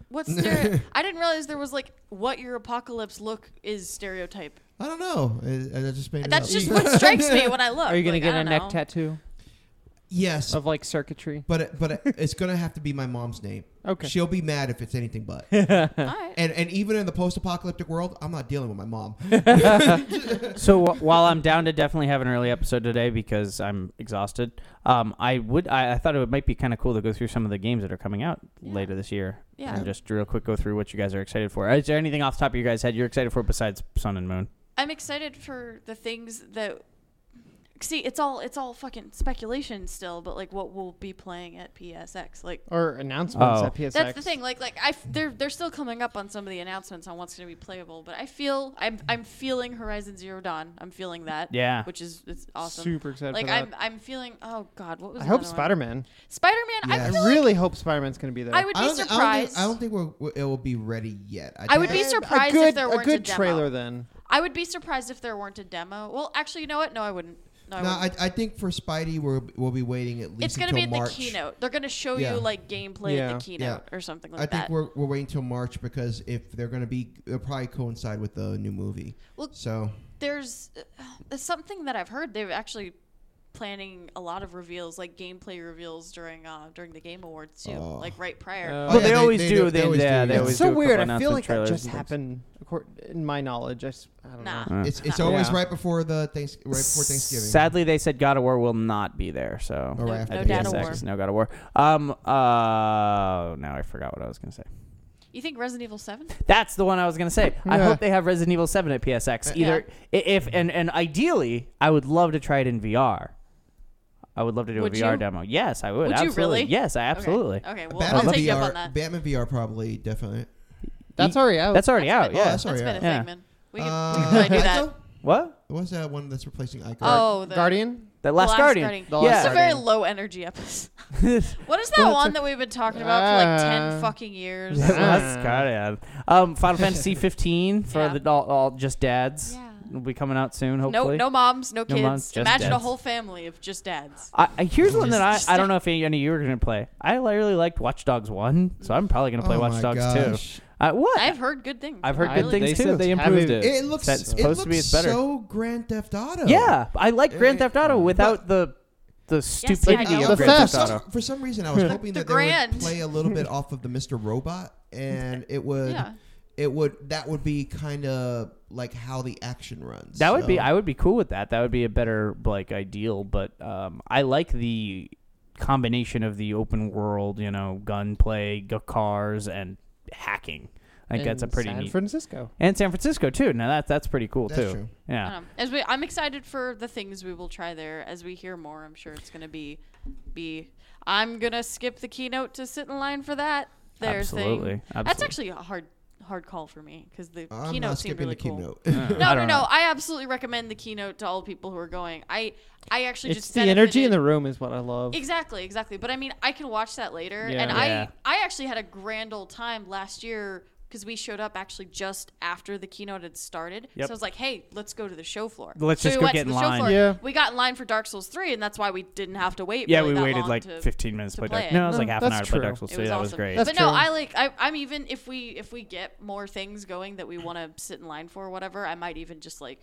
What's there? I didn't realize there was like what your apocalypse look is stereotype. I don't know. I, I just made it That's up. just what strikes me when I look. Are you gonna Like, get I a don't neck know. tattoo Oh. yes, of like circuitry? but it, but it, it's gonna have to be my mom's name. Okay. She'll be mad if it's anything but. All right. And and even in the post-apocalyptic world, I'm not dealing with my mom. so wh- while I'm down to definitely have an early episode today because I'm exhausted, um, I would I, I thought it would- might be kind of cool to go through some of the games that are coming out Yeah. later this year. Yeah. And just real quick go through what you guys are excited for. Is there anything off the top of your guys' head you're excited for besides Sun and Moon? I'm excited for the things that. See, it's all it's all fucking speculation still, but like what we'll be playing at PSX, like Or announcements Oh. at PSX. That's the thing. Like, like I, f- they're they're still coming up on some of the announcements on what's going to be playable. But I feel I'm I'm feeling Horizon Zero Dawn. I'm feeling that. Yeah. Which is it's awesome. Super excited Like for that. I'm I'm feeling. Oh God, what was? I hope Spider Spider Man. Spider Man. Yes. I I feel really hope Spider Man's gonna be there. I would I be don't, thi- I don't surprised. think, I don't think we're, we- it will be ready yet. I would be think- sur- And surprised a if good, there a weren't a good demo. trailer then. I would be surprised if there weren't a demo. Well, actually, you know what? No, I wouldn't. No, I No, wouldn't. I, I think for Spidey, we'll, we'll be waiting at least it's going to until be at March. the keynote. They're going to show Yeah. you like gameplay at Yeah. the keynote or something like I that. think we're, we're waiting till March because if they're going to be, it'll probably coincide with the new movie. Well, so there's uh, something that I've heard they're actually planning a lot of reveals, like gameplay reveals during uh, during the Game Awards too, Oh. like right prior. Uh, Well, yeah, they, they- always they do. do- They, they always yeah, do, they yeah. always It's so do a weird. couple I feel announcement like that trailers just and things. happened. accor- In my knowledge, I, s- I don't Nah. know. it's, it's always Yeah. right before the thanks, right before Thanksgiving. Oh, Sadly, they said God of War will not be there. So Or No- right after no at doubt God of PSX, War. no God of War. Um. Uh. Now I forgot what I was gonna say. you think Resident Evil Seven? That's the one I was gonna say. I Yeah. Uh, hope they have Resident Evil Seven at PSX. Either i if and and ideally, I would love to try it in VR. I would love to do Would a VR you? demo. Yes, I would. Would you absolutely. really? Yes, I absolutely. Okay, okay well, Batman I'll take VR, you up on that. Batman VR probably definitely. That's already out. That's already That's out. been- Yeah. Oh, that's That's already been a out. thing, Yeah. man. We could, Uh, we could probably do that. Ico? What? What's that one that's replacing Ico? Oh, the, Guardian. The the Last, Guardian. The Last Yeah. It's a very Guardian. low energy episode. what is that Well, it's one a- that we've been talking about for like Uh, ten fucking years? The Last Guardian. Um, Final Fantasy 15 for Yeah. the all, all just dads. Yeah. Will be coming out soon, No, hopefully. no moms, no kids. moms, just Imagine a dads. whole family of just dads. I, I- here's one that I, Just- I don't know if any, any of you are going to play. I li- really liked Watch Dogs 1, so I'm probably going to play Oh Watch my Dogs gosh. 2. Uh, what? I've heard good things. I've heard I good really things they too. said they Have improved it- it. It looks That's it supposed to be- looks it's better. so Grand Theft Auto. yeah, I like Grand Uh, Theft Auto without the the stupidity yeah, I know. of The Grand Theft theft. Auto. Some- for some reason, I was hoping The that they would grand. play a little bit off of the Mr. Robot, and it would, Yeah. it would that would be kind of like how the action runs. That would be. So- I would be cool with that. That would be a better like ideal. But um, I like the combination of the open world, you know, gunplay, g- cars, and hacking. I think that's a in pretty San neat. Francisco. and San Francisco too. Now that that's pretty cool That's too. true. Yeah. Um, as we, I'm excited for the things we will try there. As we hear more, I'm sure it's gonna be, be. I'm gonna skip the keynote to sit in line for that. Their Absolutely, thing. That's absolutely. actually a hard, hard call for me because the I'm keynote not seemed skipping really the cool. keynote. I No, no, don't no. know. I absolutely recommend the keynote to all people who are going. I, I actually It's just the energy in benefited- the room is what I love. Exactly, exactly. But I mean, I can watch that later, Yeah. and Yeah. I I actually had a grand old time last year because we showed up actually just after the keynote had started. Yep. So I was like, hey, let's go to the show floor. Let's so just we go went get to in the show line. floor. Yeah. We got in line for Dark Souls three, and that's why we didn't have to wait. yeah, really we that waited long like to- 15 minutes to play play Dark- it. No, it was No, like half an that's hour to play true. Dark Souls It 2. was That awesome. was great. That's but no, true. I like. I, I'm even if we if we get more things going that we want to sit in line for, or whatever. I might even just like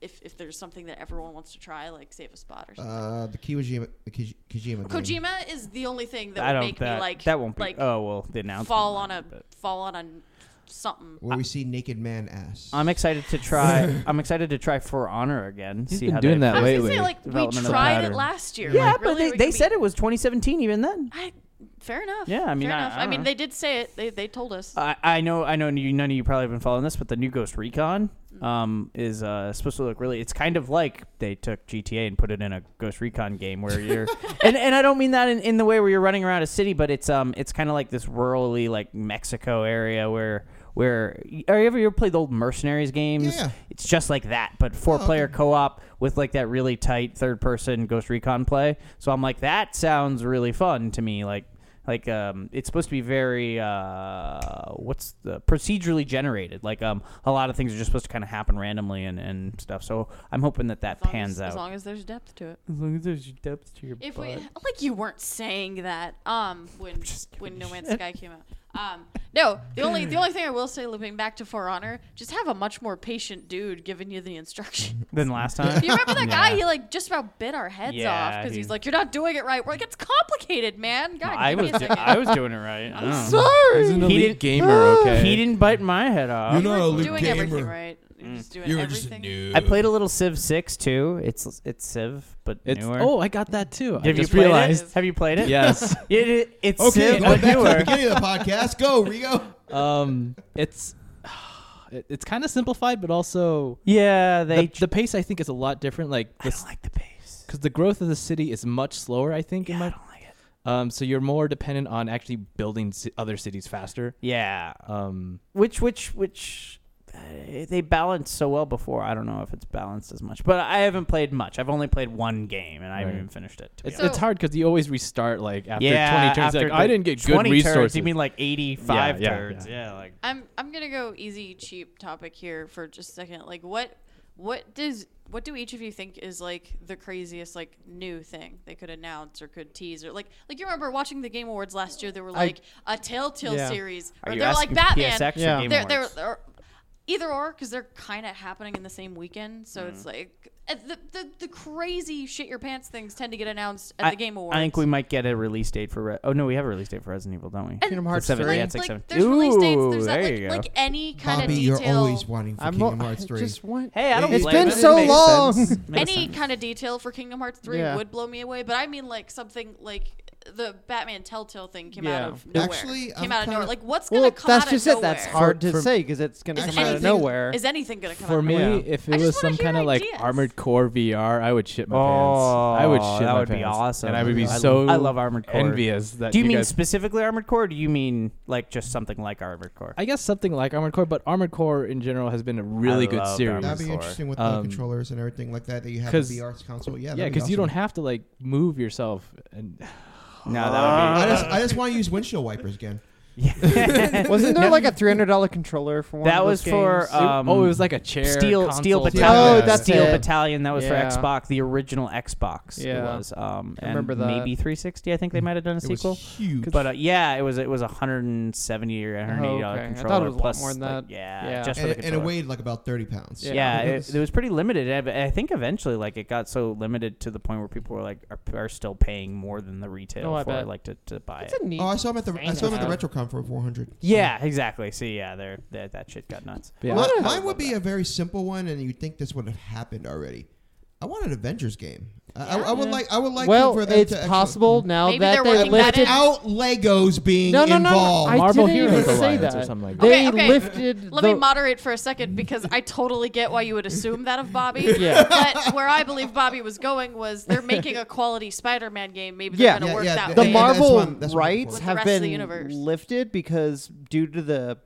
if if there's something that everyone wants to try, like save a spot or something. Uh, the Kojima, the Kij- Kojima. game. Kojima is the only thing that Uh, I would don't make that, me like that won't be. like oh well, the announcement. fall on might, a but- fall on a something. where we see naked man ass. I'm excited to try. I'm excited to try For Honor again. He's see been how doing they- that I was lately. gonna say like we Development of the tried it pattern. last year. Yeah, like, but really, they, they said it was 2017 even then. I, fair enough. Yeah, I mean, fair I- Uh, enough. I I, mean, dunno. they did say it. They they told us. I, I know I know you, none of you probably have been following this, but the new Ghost Recon um, is uh, supposed to look really. It's kind of like they took GTA and put it in a Ghost Recon game where you're, and, and I don't mean that in, in the way where you're running around a city, but it's um it's kind of like this rurally like Mexico area where where are you ever you ever played the old Mercenaries games? Yeah. It's just like that, but Oh, four player co op with like that really tight third person Ghost Recon play. So I'm like that sounds really fun to me, like like um, it's supposed to be very uh, what's the procedurally generated. Like um, a lot of things are just supposed to kind of happen randomly and, and stuff. So I'm hoping that that As long pans as, out. as long as there's depth to it. As long as there's depth to your If we like you weren't saying that um when just giving when you No Man's Sky came out. Um no, the only the only thing I will say looping back to For Honor, just have a much more patient dude giving you the instruction. than last time. You remember that guy? Yeah. He like just about bit our heads off Yeah, because he- he's like, "You're not doing it right." We're like, "It's complicated, man." God, I give me was a do- second. I was doing it right. I don't know. He's an He elite didn't- gamer. Okay. He didn't bite my head off. You You know- were No, Luke doing everything Gamer. right. You're Mm. just doing You were just a everything. noob. I played a little Civ Six too. It's it's Civ, but It's, newer. oh, I got that too. have I you just played realized. it? Have you played it? Yes. It, it- it's Okay, Civ, but going back to the newer. beginning of the podcast. Go, Rigo. um, it's it, it's kind of simplified, but also Yeah, the, they. the pace I think is a lot different. Like I because don't like the pace. the growth of the city is much slower. I think. in Yeah, I my, don't like it. um, so you're more dependent on actually building ci- other cities faster. Yeah, Um, which which which uh, they balanced so well before. I don't know if it's balanced as much, but I haven't played much. I've only played one game, and I haven't Right. even finished it. To be it's, honest. it's hard because you always restart like after yeah, 20 turns. after like, I the didn't get good 20 resources. Turns, you mean like eighty-five Yeah, yeah, turns? Yeah, like I'm I'm gonna go easy, cheap topic here for just a second. Like, what what does what do each of you think is like the craziest like new thing they could announce or could tease or like like you remember watching the Game Awards last year? There were like a Telltale Yeah. series, are or you they're like asking Batman. for PSX Yeah. or Game They're, they're, Awards? they're- either or because they're kind of happening in the same weekend. So Mm-hmm. it's like uh, the, the the crazy shit your pants things tend to get announced at I- the Game Awards. I think we might get a release date for. Re- oh no, we have a release date for Resident Evil, don't we? Kingdom Hearts seven, three. yeah, like, it's like like, seven. there's release dates. Ooh, There's that, there like, you go. like any kind Bobby, of you're detail. always wanting for I'm Kingdom al- Hearts I 3. Just want. Hey, I don't It's blame been him. It so makes long. sense. Makes any sense. kind of detail for Kingdom Hearts 3 Yeah. would blow me away, but I mean like something like the Batman Telltale thing came Yeah. out of nowhere. Actually, came I'm out of kinda- nowhere. Like what's Well, gonna come that's out just of it. nowhere? That's hard to For- say because it's gonna Is come out of anything- nowhere. Is anything gonna come out For of me, nowhere? Yeah. if I it just was wanna some hear kind of like ideas. armored core VR, I would shit my Oh, pants. I would shit that my would be pants. awesome. and I would be I- so. I love Armored Core. Envious that Do you, mean guys- specifically Armored Core, or do you mean like just something like Armored Core? I guess something like Armored Core, but Armored Core in general has been a really I good loved series. Armored That'd be Core. interesting with the Um, controllers and everything like that that you have Um, 'cause- the VR console. Yeah, yeah, because because you don't have to like move yourself, and no, that I Ah. would just, I just want to use windshield wipers again. Wasn't there like a three hundred dollar controller for one? That of was those for, games? uh, Um, oh, it was like a chair, Steel console Steel thing. Battalion. Oh, that's Steel it. Battalion. That was Yeah. for Xbox, the original Xbox. It Yeah. was. Um, I and remember that. Maybe 360. I think they might have done a It was sequel. huge. But uh, yeah, it was it was 170 or 180 dollar okay. I thought controller it was a lot plus more than like, that. yeah, Yeah. just for And, the it- and controller. it weighed like about 30 pounds. Yeah. Yeah, It it, it was pretty limited. and I I think eventually, like, it got so limited to the point where people were like, are, are still paying more than the retail Oh, I for bet. like to, to buy It's it. a neat. Oh, I saw him at the I saw him at the Fantastic. RetroCon for 400. yeah, exactly. See, yeah, there that- that shit got nuts. Yeah. Mine- mine would be a very simple one, and you'd think this would have happened already. I want an Avengers game. I, I, I would like. I would like well, for them it's to actually- possible now Maybe that they're they working that lifted. in. without Legos being No, no, no, no. involved. I Marvel didn't even Heroes say Alliance or that. something like Okay, They okay. lifted. Let the, me moderate for a second because I totally get why you would assume that of Bobby. Yeah. But where I believe Bobby was going was they're making a quality Spider-Man game. Maybe Yeah. they're gonna Yeah, work yeah, that. the way. And that's what I'm- Marvel that's what I'm rights for. With the have rest of the been universe. lifted because due to the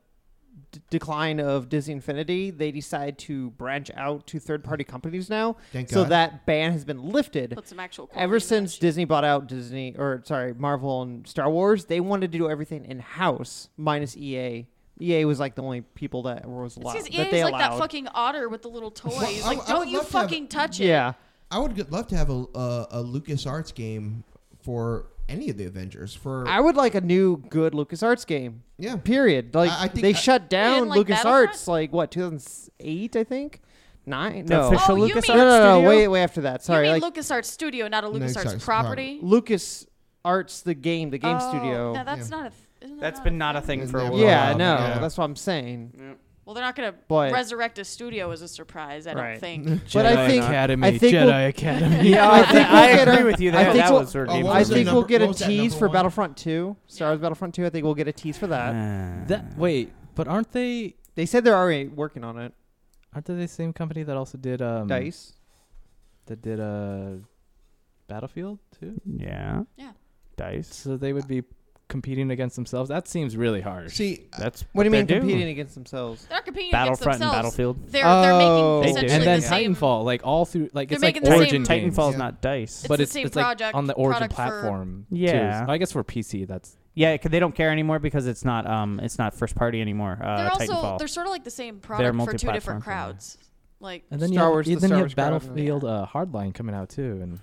d- decline of Disney Infinity, they decide to branch out to third-party companies now. Thank so God. that ban has been lifted. Put some actual. quality Ever into that since shit. Disney bought out Disney or sorry, Marvel and Star Wars, they wanted to do everything in-house minus E EA. EA was like the only people that was allowed It's 'cause that EA they E is allowed. like that fucking otter with the little toys. I- I Like, would don't you love to have- fucking touch it. yeah. I would get- love to have a, a a LucasArts game for any of the Avengers. For I would like a new good LucasArts game. Yeah. Period. Like I- I think they I- shut down E like, LucasArts Battlefront? like what 2008 I think. 9 The No. official Oh, you LucasArts mean- no, no, no, studio? wait, wait after that. Sorry. you mean like LucasArts Studio, not a LucasArts LucasArts property? Lucas Arts the game, the game Oh, studio. No, that's Yeah. not a. Th- isn't that That's been not a thing for a while. yeah, Wow, no. yeah. That's what I'm saying. Well, they're not going But- to resurrect a studio as a surprise. I don't Right. Oh, think. Jedi But I think Academy, I think Jedi we'll- Academy. Yeah, I I, think I we'll get agree a- with you. I There, think that we'll- was sort of Oh, game what I was design. the think we'll number- get what a was that tease number for one? Battlefront 2. Star Wars Battlefront 2, I think we'll get a tease for that. that wait, but aren't they? They said they're already working on it. Aren't they the same company that also did um Dice. that did uh Battlefield too? Yeah. Yeah. Dice. So they would be competing against themselves. That seems really harsh. see. That's What do you they mean do. competing against themselves? They're not competing against Battlefront themselves. and Battlefield. They're, Oh. they're They making do. essentially and then the same. Titanfall, like all through, like They're it's like making the same- origin Origin games. Titanfall's Yeah. not Dice. It's but the it's same it's like project- on the origin product for- platform. too. Yeah. I guess for PC that's Yeah, 'cause they don't care anymore because it's not um it's not first party anymore. Uh, they're also Titanfall. they're sort of like the same product for two multi-platform, yeah. different crowds. Like And then Star you have, Wars, the then Star you Wars have crowd, Battlefield uh, Hardline coming out too, and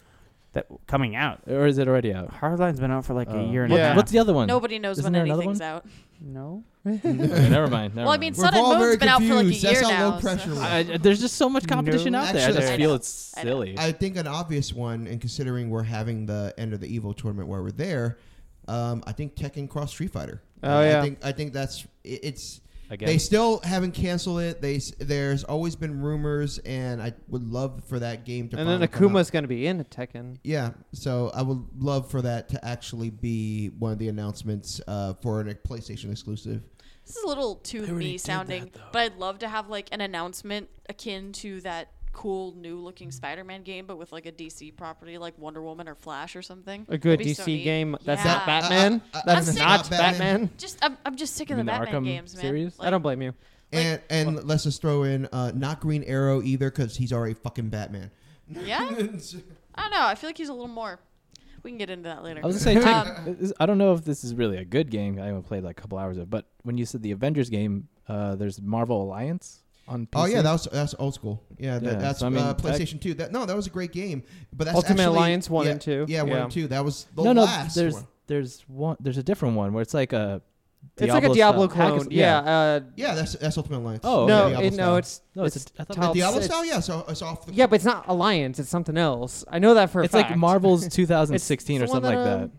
that coming out. or is it already out? Hardline's been out for like a Uh, year and what's, a half. what's the other one? nobody knows Isn't when there another anything's out. no. Okay, never mind. never Well, I mind. mean, We're Sun and all very Moon's been out for like a confused. That's year how low now. pressure so- was. I, I- there's just so much competition No. out there. Actually, I just I feel know. it's I know. silly. I think an obvious one, and considering we're having the end of the evil tournament where we're there, um, I think Tekken Cross Street Fighter. Oh, Uh, yeah. I think I think that's it, it's. Again. They still haven't canceled it. They s- there's always been rumors, and I would love for that game to. And then finally come out. Akuma's going to be in Tekken. Yeah, so I would love for that to actually be one of the announcements uh, for a PlayStation exclusive. This is a little too already me did that, sounding, but I'd love to have like an announcement akin to that cool new looking Spider-Man game, but with like a DC property, like Wonder Woman or Flash or something. A good That'd be DC so neat. game that's Uh, Yeah. not I- Batman. I- I- that's I'm saying- not Not Batman. Batman. Just I'm, I'm just sick of the You mean the Batman Arkham games, man. series? I don't blame you. Like- and and let's just throw in uh, not Green Arrow either because he's already fucking Batman. Yeah, I don't know. I feel like he's a little more. We can get into that later. I was gonna say, Um, Tekken- is- I don't know if this is really a good game. I only played like a couple hours of, it, but when you said the Avengers game, uh, there's Marvel Alliance on. PC. Oh yeah, that was that's old school. Yeah, that, Yeah, that's so I mean, uh, that- PlayStation Two. That no, that was a great game. But that's Ultimate actually- Alliance one yeah, and two. Yeah, one Yeah. and two. That was the no, no. last There's one. there's one. There's a different one where it's like a. It's like a Diablo Diablo-style hack clone. and- Yeah. uh, Yeah, that's that's Ultimate Alliance. Oh, no, okay. Diablo it, no, style. it's No, it's, it's a, I thought Tal- that- It's- Diablo it's- style. Yeah, so it's off the. yeah, but it's not Alliance. It's something else. I know that for a it's fact. like Marvel's 2016 or It's the one something like that, that. um,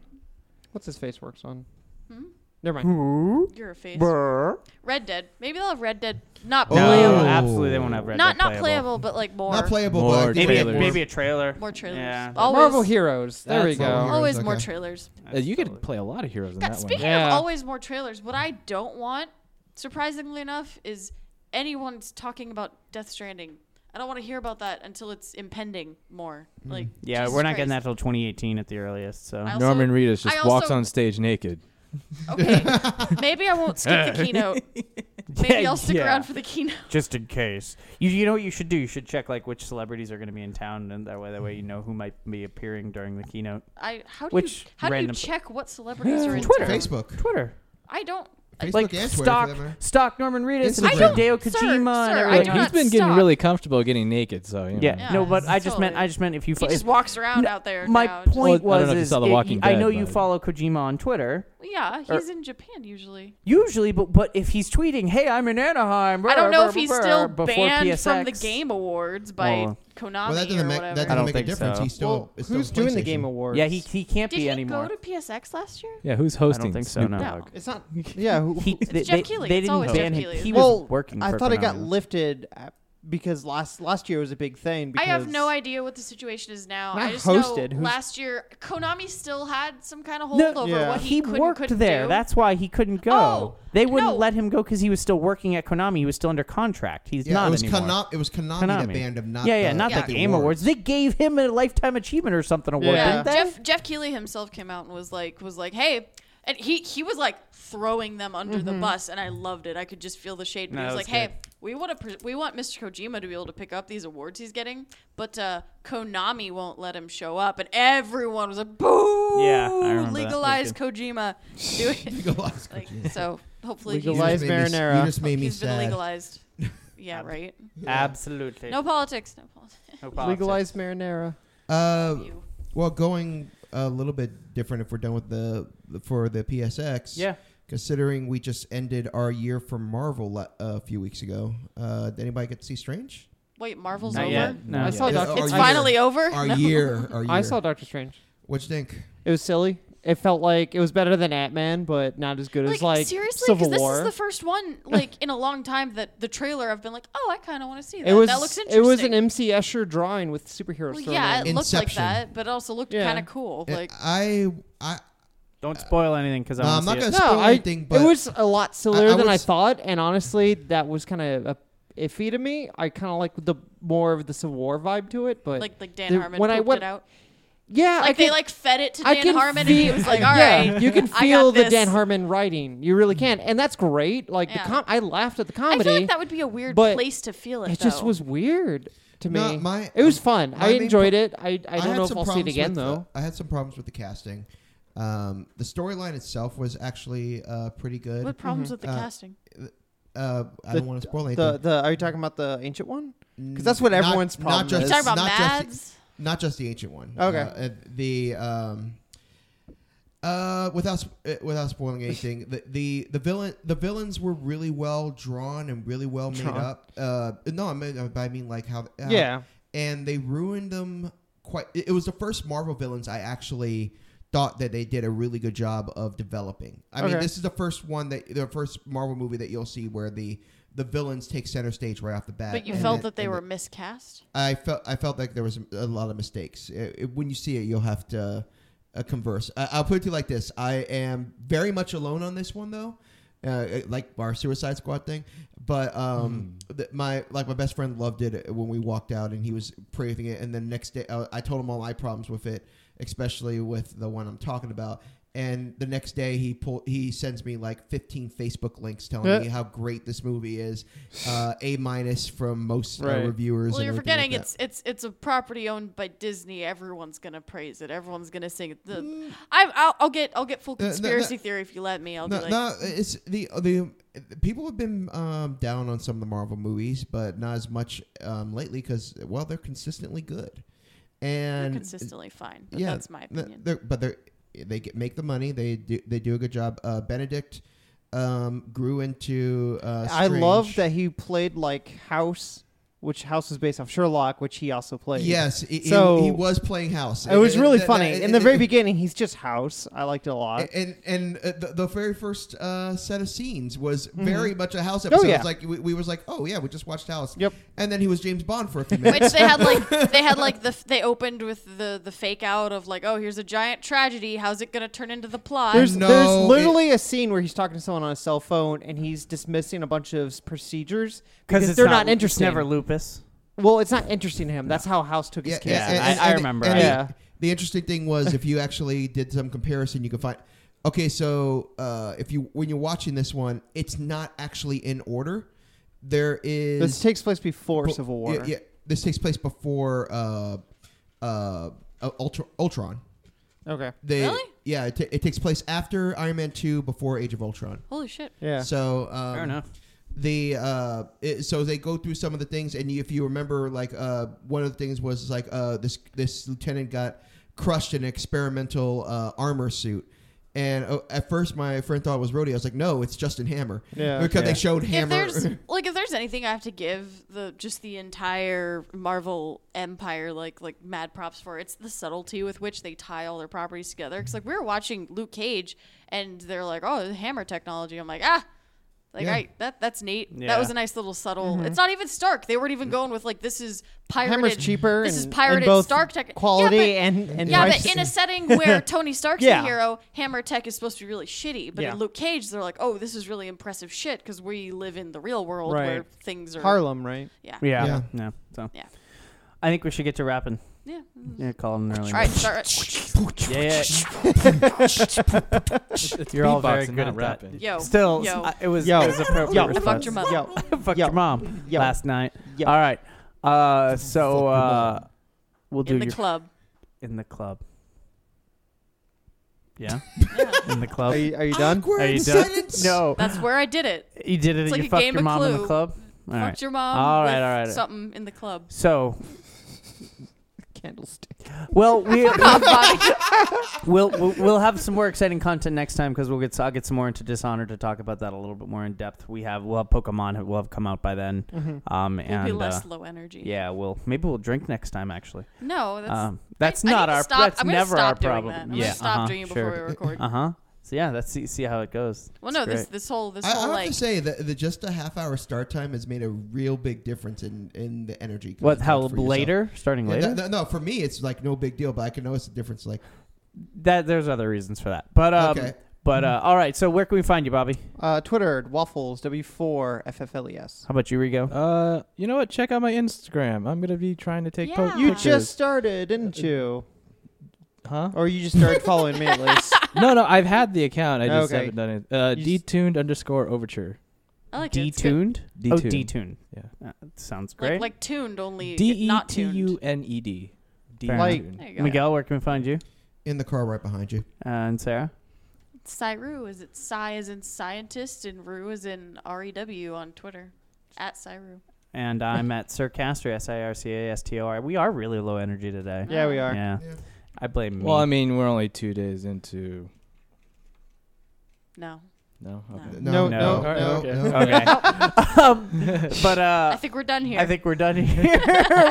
What's his face works on? Hmm? Never mind. Ooh. You're a face. Brr. Red Dead. Maybe they'll have Red Dead. Not Oh. No, playable. absolutely they won't have Red Not Dead not playable. but like more Not playable, More but I think Maybe a, they- Trailers. maybe a trailer. more trailers. Yeah. Always, Marvel Heroes. There That's we go. Marvel Heroes. Always okay. more trailers. Uh, you could Absolutely. play a lot of heroes in God, that one. speaking Yeah. of always more trailers, what I don't want, surprisingly enough, is anyone's talking about Death Stranding. I don't want to hear about that until it's impending more. Mm. Like Yeah, Jesus we're not getting that Christ. till 2018 at the earliest. So I also- Norman Reedus I just also- walks on stage naked. Okay, maybe I won't skip the keynote. Maybe I'll stick Yeah. around for the keynote. just in case. You you know what you should do? You should check like which celebrities are going to be in town, and that way that way you know who might be appearing during the keynote. I how do Which you how do you random- check what celebrities are in Twitter. town? Facebook. Twitter, I don't. Facebook like and Twitter. for stock that matter. stock Norman Reedus and Instagram. I don't- Hideo sir, Kojima and everyone. sir, I Right, do He's not been stop. getting really comfortable getting naked, so you know. Yeah. Yeah, no, but I just totally. meant I just meant if you He follow. just walks around out there. my now, just- point Well, I was don't know if you is saw The it- Walking I Dead, know you but- follow Kojima on Twitter yeah, or- he's in Japan usually. usually, but but if he's tweeting, "Hey, I'm in Anaheim," I don't brr, know brr, if he's brr," still before banned from the PSX. Game Awards by Well, Konami Well, that or doesn't make whatever. that I doesn't don't make a think difference. so. He's still. Well, it's still who's doing the PlayStation. Game Awards? Yeah, he he can't Did be he anymore. go to PSX last year? Yeah, who's hosting? think so, Snoop no. Dogg? It's not. Yeah. Who, He, It's they, Jeff they- Keighley. they It's didn't always ban Jeff him. Keighley. He was well, working. I for thought it got Konami. lifted uh, because last last year was a big thing. I have because- no idea what the situation is now. Not I just hosted, know who's- last year Konami still had some kind of No, holdover. Yeah. What he, he couldn't, worked couldn't there. do. That's why he couldn't go. Oh, they wouldn't no. let him go because he was still working at Konami. He was still under contract. He's Yeah, not it was anymore. Konami. It was Konami, Konami. that banned him. Not yeah, yeah, the, not Yeah. the Game Awards. They gave him a lifetime achievement or something award, Yeah. didn't they? Jeff Jeff Keeley himself came out and was like was like, "Hey," and he he was like throwing them under the bus, and I loved it. I could just feel the shade. But No, he was that like, was "Hey, good. we want to pre- we want Mr. Kojima to be able to pick up these awards he's getting, but uh, Konami won't let him show up." And everyone was like, "Boo! Yeah, I remember that. legalize That Kojima, do it." Legalized. like, You so hopefully he's, Legalize just made me- marinara. You just made me he's been sad. legalized. Yeah, right. Absolutely. No politics. No politics. No politics. Legalized marinara. Uh, You. well, going a little bit different if we're done with the for the PSX. Yeah. Considering we just ended our year for Marvel le- a few weeks ago, uh, did anybody get to see Strange? Wait, Marvel's Not over. yet. No. I saw Yeah, Doctor. or It's Our finally year. over. Our year, our year. I saw Doctor Strange. What you think? It was silly. It felt like it was better than Ant Man, but not as good as like seriously, Civil 'Cause this War. is the first one like in a long time that the trailer I've been like, oh, I kind of want to see that. it was that looks interesting. it was an M C Escher drawing with superheroes. well, thrown yeah, in. it looked like Inception. that, but it also looked Yeah. kind of cool. Like I, I, Don't spoil anything because No, I I'm want not to gonna see spoil no, I, anything, but it was a lot sillier I- I than I was- thought, and honestly, that was kind of uh, iffy to me. I kind of like the more of the Civil War vibe to it, but like like Dan the- Harmon when I pooped went- it out. yeah, I Like can, they like fed it to I Dan can Harmon, and he feel- was like, all yeah, right, you can I feel got the this." Dan Harmon writing. You really can, and that's great. Like Yeah. the com- I laughed at the I comedy. feel like that would be a weird but place to feel it. it just though. was weird to me. No, my- it was fun. my I main enjoyed pro- it. I I don't had know if some I'll see it problems again with the- though. I had some problems with the casting. Um, the storyline itself was actually uh, pretty good. What problems Mhm. with the Uh, casting? Uh, I The- don't want to spoil anything. The, the, are you talking about the ancient one? Because that's what Not- everyone's not problem just- You is. talking about not just- Mads? not just the ancient one. Okay. Uh, uh, the um, uh, without sp- uh, without spoiling anything, the, the the villain the villains were really well drawn and really well made Drawn. up. Uh, no, I mean, I mean like how how- yeah. and they ruined them quite. It it was the first Marvel villains I actually thought that they did a really good job of developing. I mean, Okay. this is the first one that the first Marvel movie that you'll see where the the villains take center stage right off the bat. But you and felt then- that they and were then- miscast. I felt I felt like there was a lot of mistakes. Uh, It- it- when you see it, you'll have to uh, converse. I, I'll put it to you like this: I am very much alone on this one, though. Uh, like our Suicide Squad thing, but um, Hmm. th- my like my best friend loved it uh, when we walked out and he was praising it. And then next day, uh, I told him all my problems with it, especially with the one I'm talking about. And the next day, he pull, he sends me like 15 Facebook links telling Yeah. me how great this movie is, uh, a minus from most uh, Right. reviewers. Well, and you're everything like forgetting that. it's it's it's a property owned by Disney. Everyone's gonna praise it. Everyone's gonna sing it. The, I, I'll, I'll get I'll get full Mm. Uh, no, no. conspiracy theory if you let me. I'll no, be like, no, it's the the people have been um, down on some of the Marvel movies, but not as much um, lately because well, they're consistently good, you're and consistently fine. But yeah, that's my th- opinion. they're- but they they get, make the money. They do they do a good job. Uh, Benedict um, grew into. Uh, I love Strange. that he played like House, which House is based off Sherlock, which he also played. Yes, he, he- So- he, was playing house. It was And- really and- funny. and- In the very and- beginning, he's just House. I liked it a lot. and and uh, the, the very first uh, set of scenes was very much a house episode. Mm-hmm. Oh, yeah. It's like we, we was like, oh yeah, we just watched House. Yep. And then he was James Bond for a few minutes. Which they had like they had like the they opened with the the fake out of like oh here's a giant tragedy how's it gonna turn into the plot There's No, there's it- literally a scene where he's talking to someone on a cell phone and he's dismissing a bunch of s- procedures because it's they're not, It's interesting. never lupus. well, it's not interesting to him. That's how House took his Yeah, case. Yeah, and- I- and- I and- remember and that. the- Yeah. The interesting thing was if you actually did some comparison, you could find. Okay, so uh, if you when you're watching this one, it's not actually in order. There is This takes place before bu- Civil War. Yeah, yeah, this takes place before uh, uh, Ultra, Ultron. Okay. They, Really? Yeah, it, ta it takes place after Iron Man two, before Age of Ultron. holy shit Yeah. So um, Fair enough. the uh it, so they go through some of the things and if you remember like uh one of the things was like uh this this lieutenant got crushed in an experimental uh armor suit and uh, at first my friend thought it was rodeo i was like no it's justin hammer Yeah. because Yeah. they showed if hammer there's like if there's anything I have to give the just the entire Marvel empire like like mad props for it's the subtlety with which they tie all their properties together because like we were watching Luke Cage and they're like oh the hammer technology I'm like ah like Yeah. I that that's neat Yeah. that was a nice little subtle it's not even Stark they weren't even going with like this is pirated Mm-hmm. Hammer's cheaper. this is and- and pirated both Stark tech Yeah, quality but- and and yeah, price. but in a setting where Tony Stark's Yeah. the hero, hammer tech is supposed to be really shitty. But Yeah. in Luke Cage, they're like, "Oh, this is really impressive shit," because we live in the real world Right. where things are. Harlem, right? Yeah. Yeah. Yeah. No. So. Yeah. Mm. I think we should get to rapping. Yeah. Yeah, call it an early. All right. night. Start. Yeah. yeah. It's, it's You're all very beatboxing, good not at rapping. rapping. Yo. Still, Yo. I- it was Yo. it was appropriate. Yo. I fucked your response. mother. Yo. Fuck Yo. your mom Yo. last night. Yo. All right. Uh, so your uh, mom. we'll do in the your club. in the club. Yeah, in the club. Are you, are you done? Awkward Are you done? silence. no, That's where I did it. you did it. It's like you a fucked game your of mom in the Clue. club. All Fucked right. your mom. All right, with all right. Something in the club. So, Candlestick. well, we Fuck off, Bobby. we'll, we'll we'll have some more exciting content next time because we'll get I'll get some more into Dishonored to talk about that a little bit more in depth. We have we'll have Pokemon will have come out by then. Mm-hmm. Um, We'll and be uh, less low energy. yeah, we'll maybe we'll drink next time actually. No, that's. Um, that's I- I not need to our stop. that's I'm gonna never stop our doing problem. That. I'm yeah, gonna stop uh-huh, doing it sure. before we record. Uh huh. So yeah, let's see see how it goes. Well, It's no, this great. this whole this I, I whole have like to say that the, just a half hour start time has made a real big difference in, in the energy. what? content How for yourself. later? Starting Yeah, later? no, no, no, for me it's like no big deal, but I can notice the difference. Like that there's other reasons for that, but um, Okay. but uh, all right. So where can we find you, Bobby? Uh, Twitter waffles w4 ffles. How about you, Rigo? Uh, you know what? Check out my Instagram. I'm gonna be trying to take po- Yeah. You pictures. just started, didn't Uh, you? huh? Or you just started following me at least? no, no. I've had the account. I just Okay. haven't done it. Uh, You s- detuned underscore overture. I like it. It's good. detuned. Oh, detuned. Yeah. Uh, sounds Like- great. Like tuned only. D e not t tuned. u n e d. Fair enough. Detuned. There you go. Miguel, where can we find you? in the car right behind you. Uh, and Sarah? Cyru is it Cy as in scientist and Rue is in R E W on Twitter at Cyru. And I'm at Sir Castor, S I R C A S T O R. We are really low energy today. Yeah, we are. Yeah. Yeah. I blame me. Well, I mean, we're only two days into. No, No. No. Okay. No. No, no, no, All right, no, okay. okay. um, but uh, I think we're done here. I think we're done here.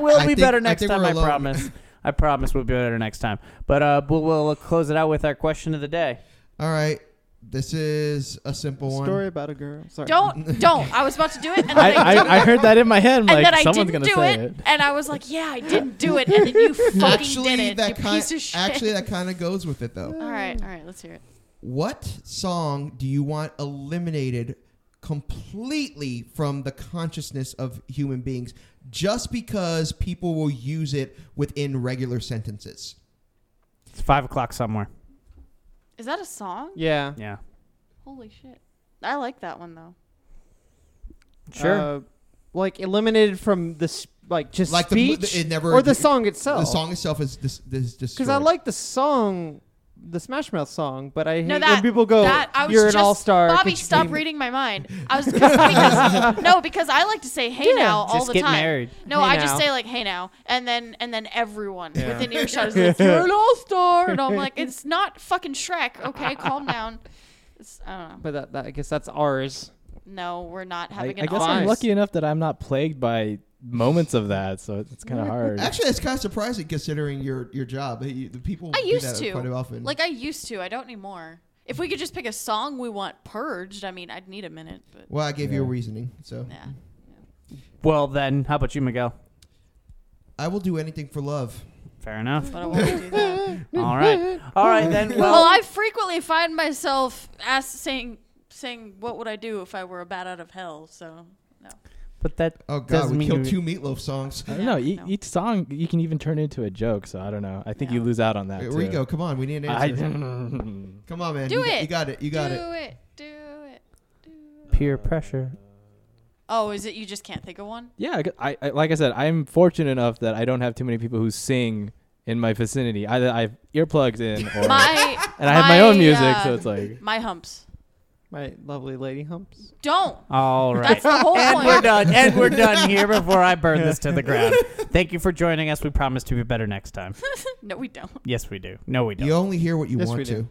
we'll I be think- better I next think time, we're I alone. promise. I promise we'll be better next time. But uh, we'll, we'll close it out with our question of the day. All right. This is a simple one. Story about a girl. Sorry. don't don't. I was about to do it and then I, I, didn't. I, I heard that in my head. I'm and like, then I didn't someone's going to do say it, it. and I was like, "Yeah, I didn't do it," and then you fucking Actually, did it, that you kind. piece of shit. Actually, that kind of goes with it though. all right, all right, let's hear it. What song do you want eliminated completely from the consciousness of human beings just because people will use it within regular sentences? It's five o'clock somewhere. Is that a song? Yeah. Yeah. Holy shit! I like that one though. Sure. Uh, like eliminated from this, like just Like the mo- speech it never- or the song itself. The song itself is this this because I like the song, the Smash Mouth song, but I hate No, that when people go, that, I was "You're just, an all star." Bobby, stop reading my mind. I was because, no, because I like to say "Hey Yeah, now" all just the get time. married. No, Hey I just now. say like "Hey now," and then and then everyone Yeah. within earshot is like "You're an all star," and I'm like, "It's not fucking Shrek." Okay, calm down. It's, I don't know. But that, that, I guess that's ours. No, we're not I, I having an guess all I'm honest- lucky enough that I'm not plagued by moments of that, so it's, it's kind of hard. Actually, that's kind of surprising considering your your job. You- The people I do used that to. quite often. Like I used to. I don't anymore. If we could just pick a song we want purged, I mean, I'd need a minute, but well, I gave you a Yeah. reasoning, so yeah. well, then, how about you, Miguel? I will do anything for love. Fair enough. But I won't do that. All right. All right, then. well, Well, I frequently find myself ask, saying, saying, what would I do if I were a bat out of hell? So, no. but that Oh God, Doesn't we mean killed you- two meatloaf songs. I don't know. Yeah, E- no. Each song you can even turn into a joke, so I don't know. I think you Yeah. lose out on that. Hey, too. Rico, come on, we need an I, answer. come on, man, Do you, got- it. you got it, you got do it. Do it. Do it. peer pressure. Oh, is it you just can't think of one? yeah, I g- I, I- like I said, I'm fortunate enough that I don't have too many people who sing in my vicinity. Either I have earplugs in, or, My and I have my own music, uh, so it's like my humps. My lovely lady humps. Don't. All right. That's the whole And point. we're done. And we're done here before I burn this to the ground. Thank you for joining us. We promise to be better next time. No, we don't. Yes, we do. No, we don't. You only hear what you Yes, we want do. to.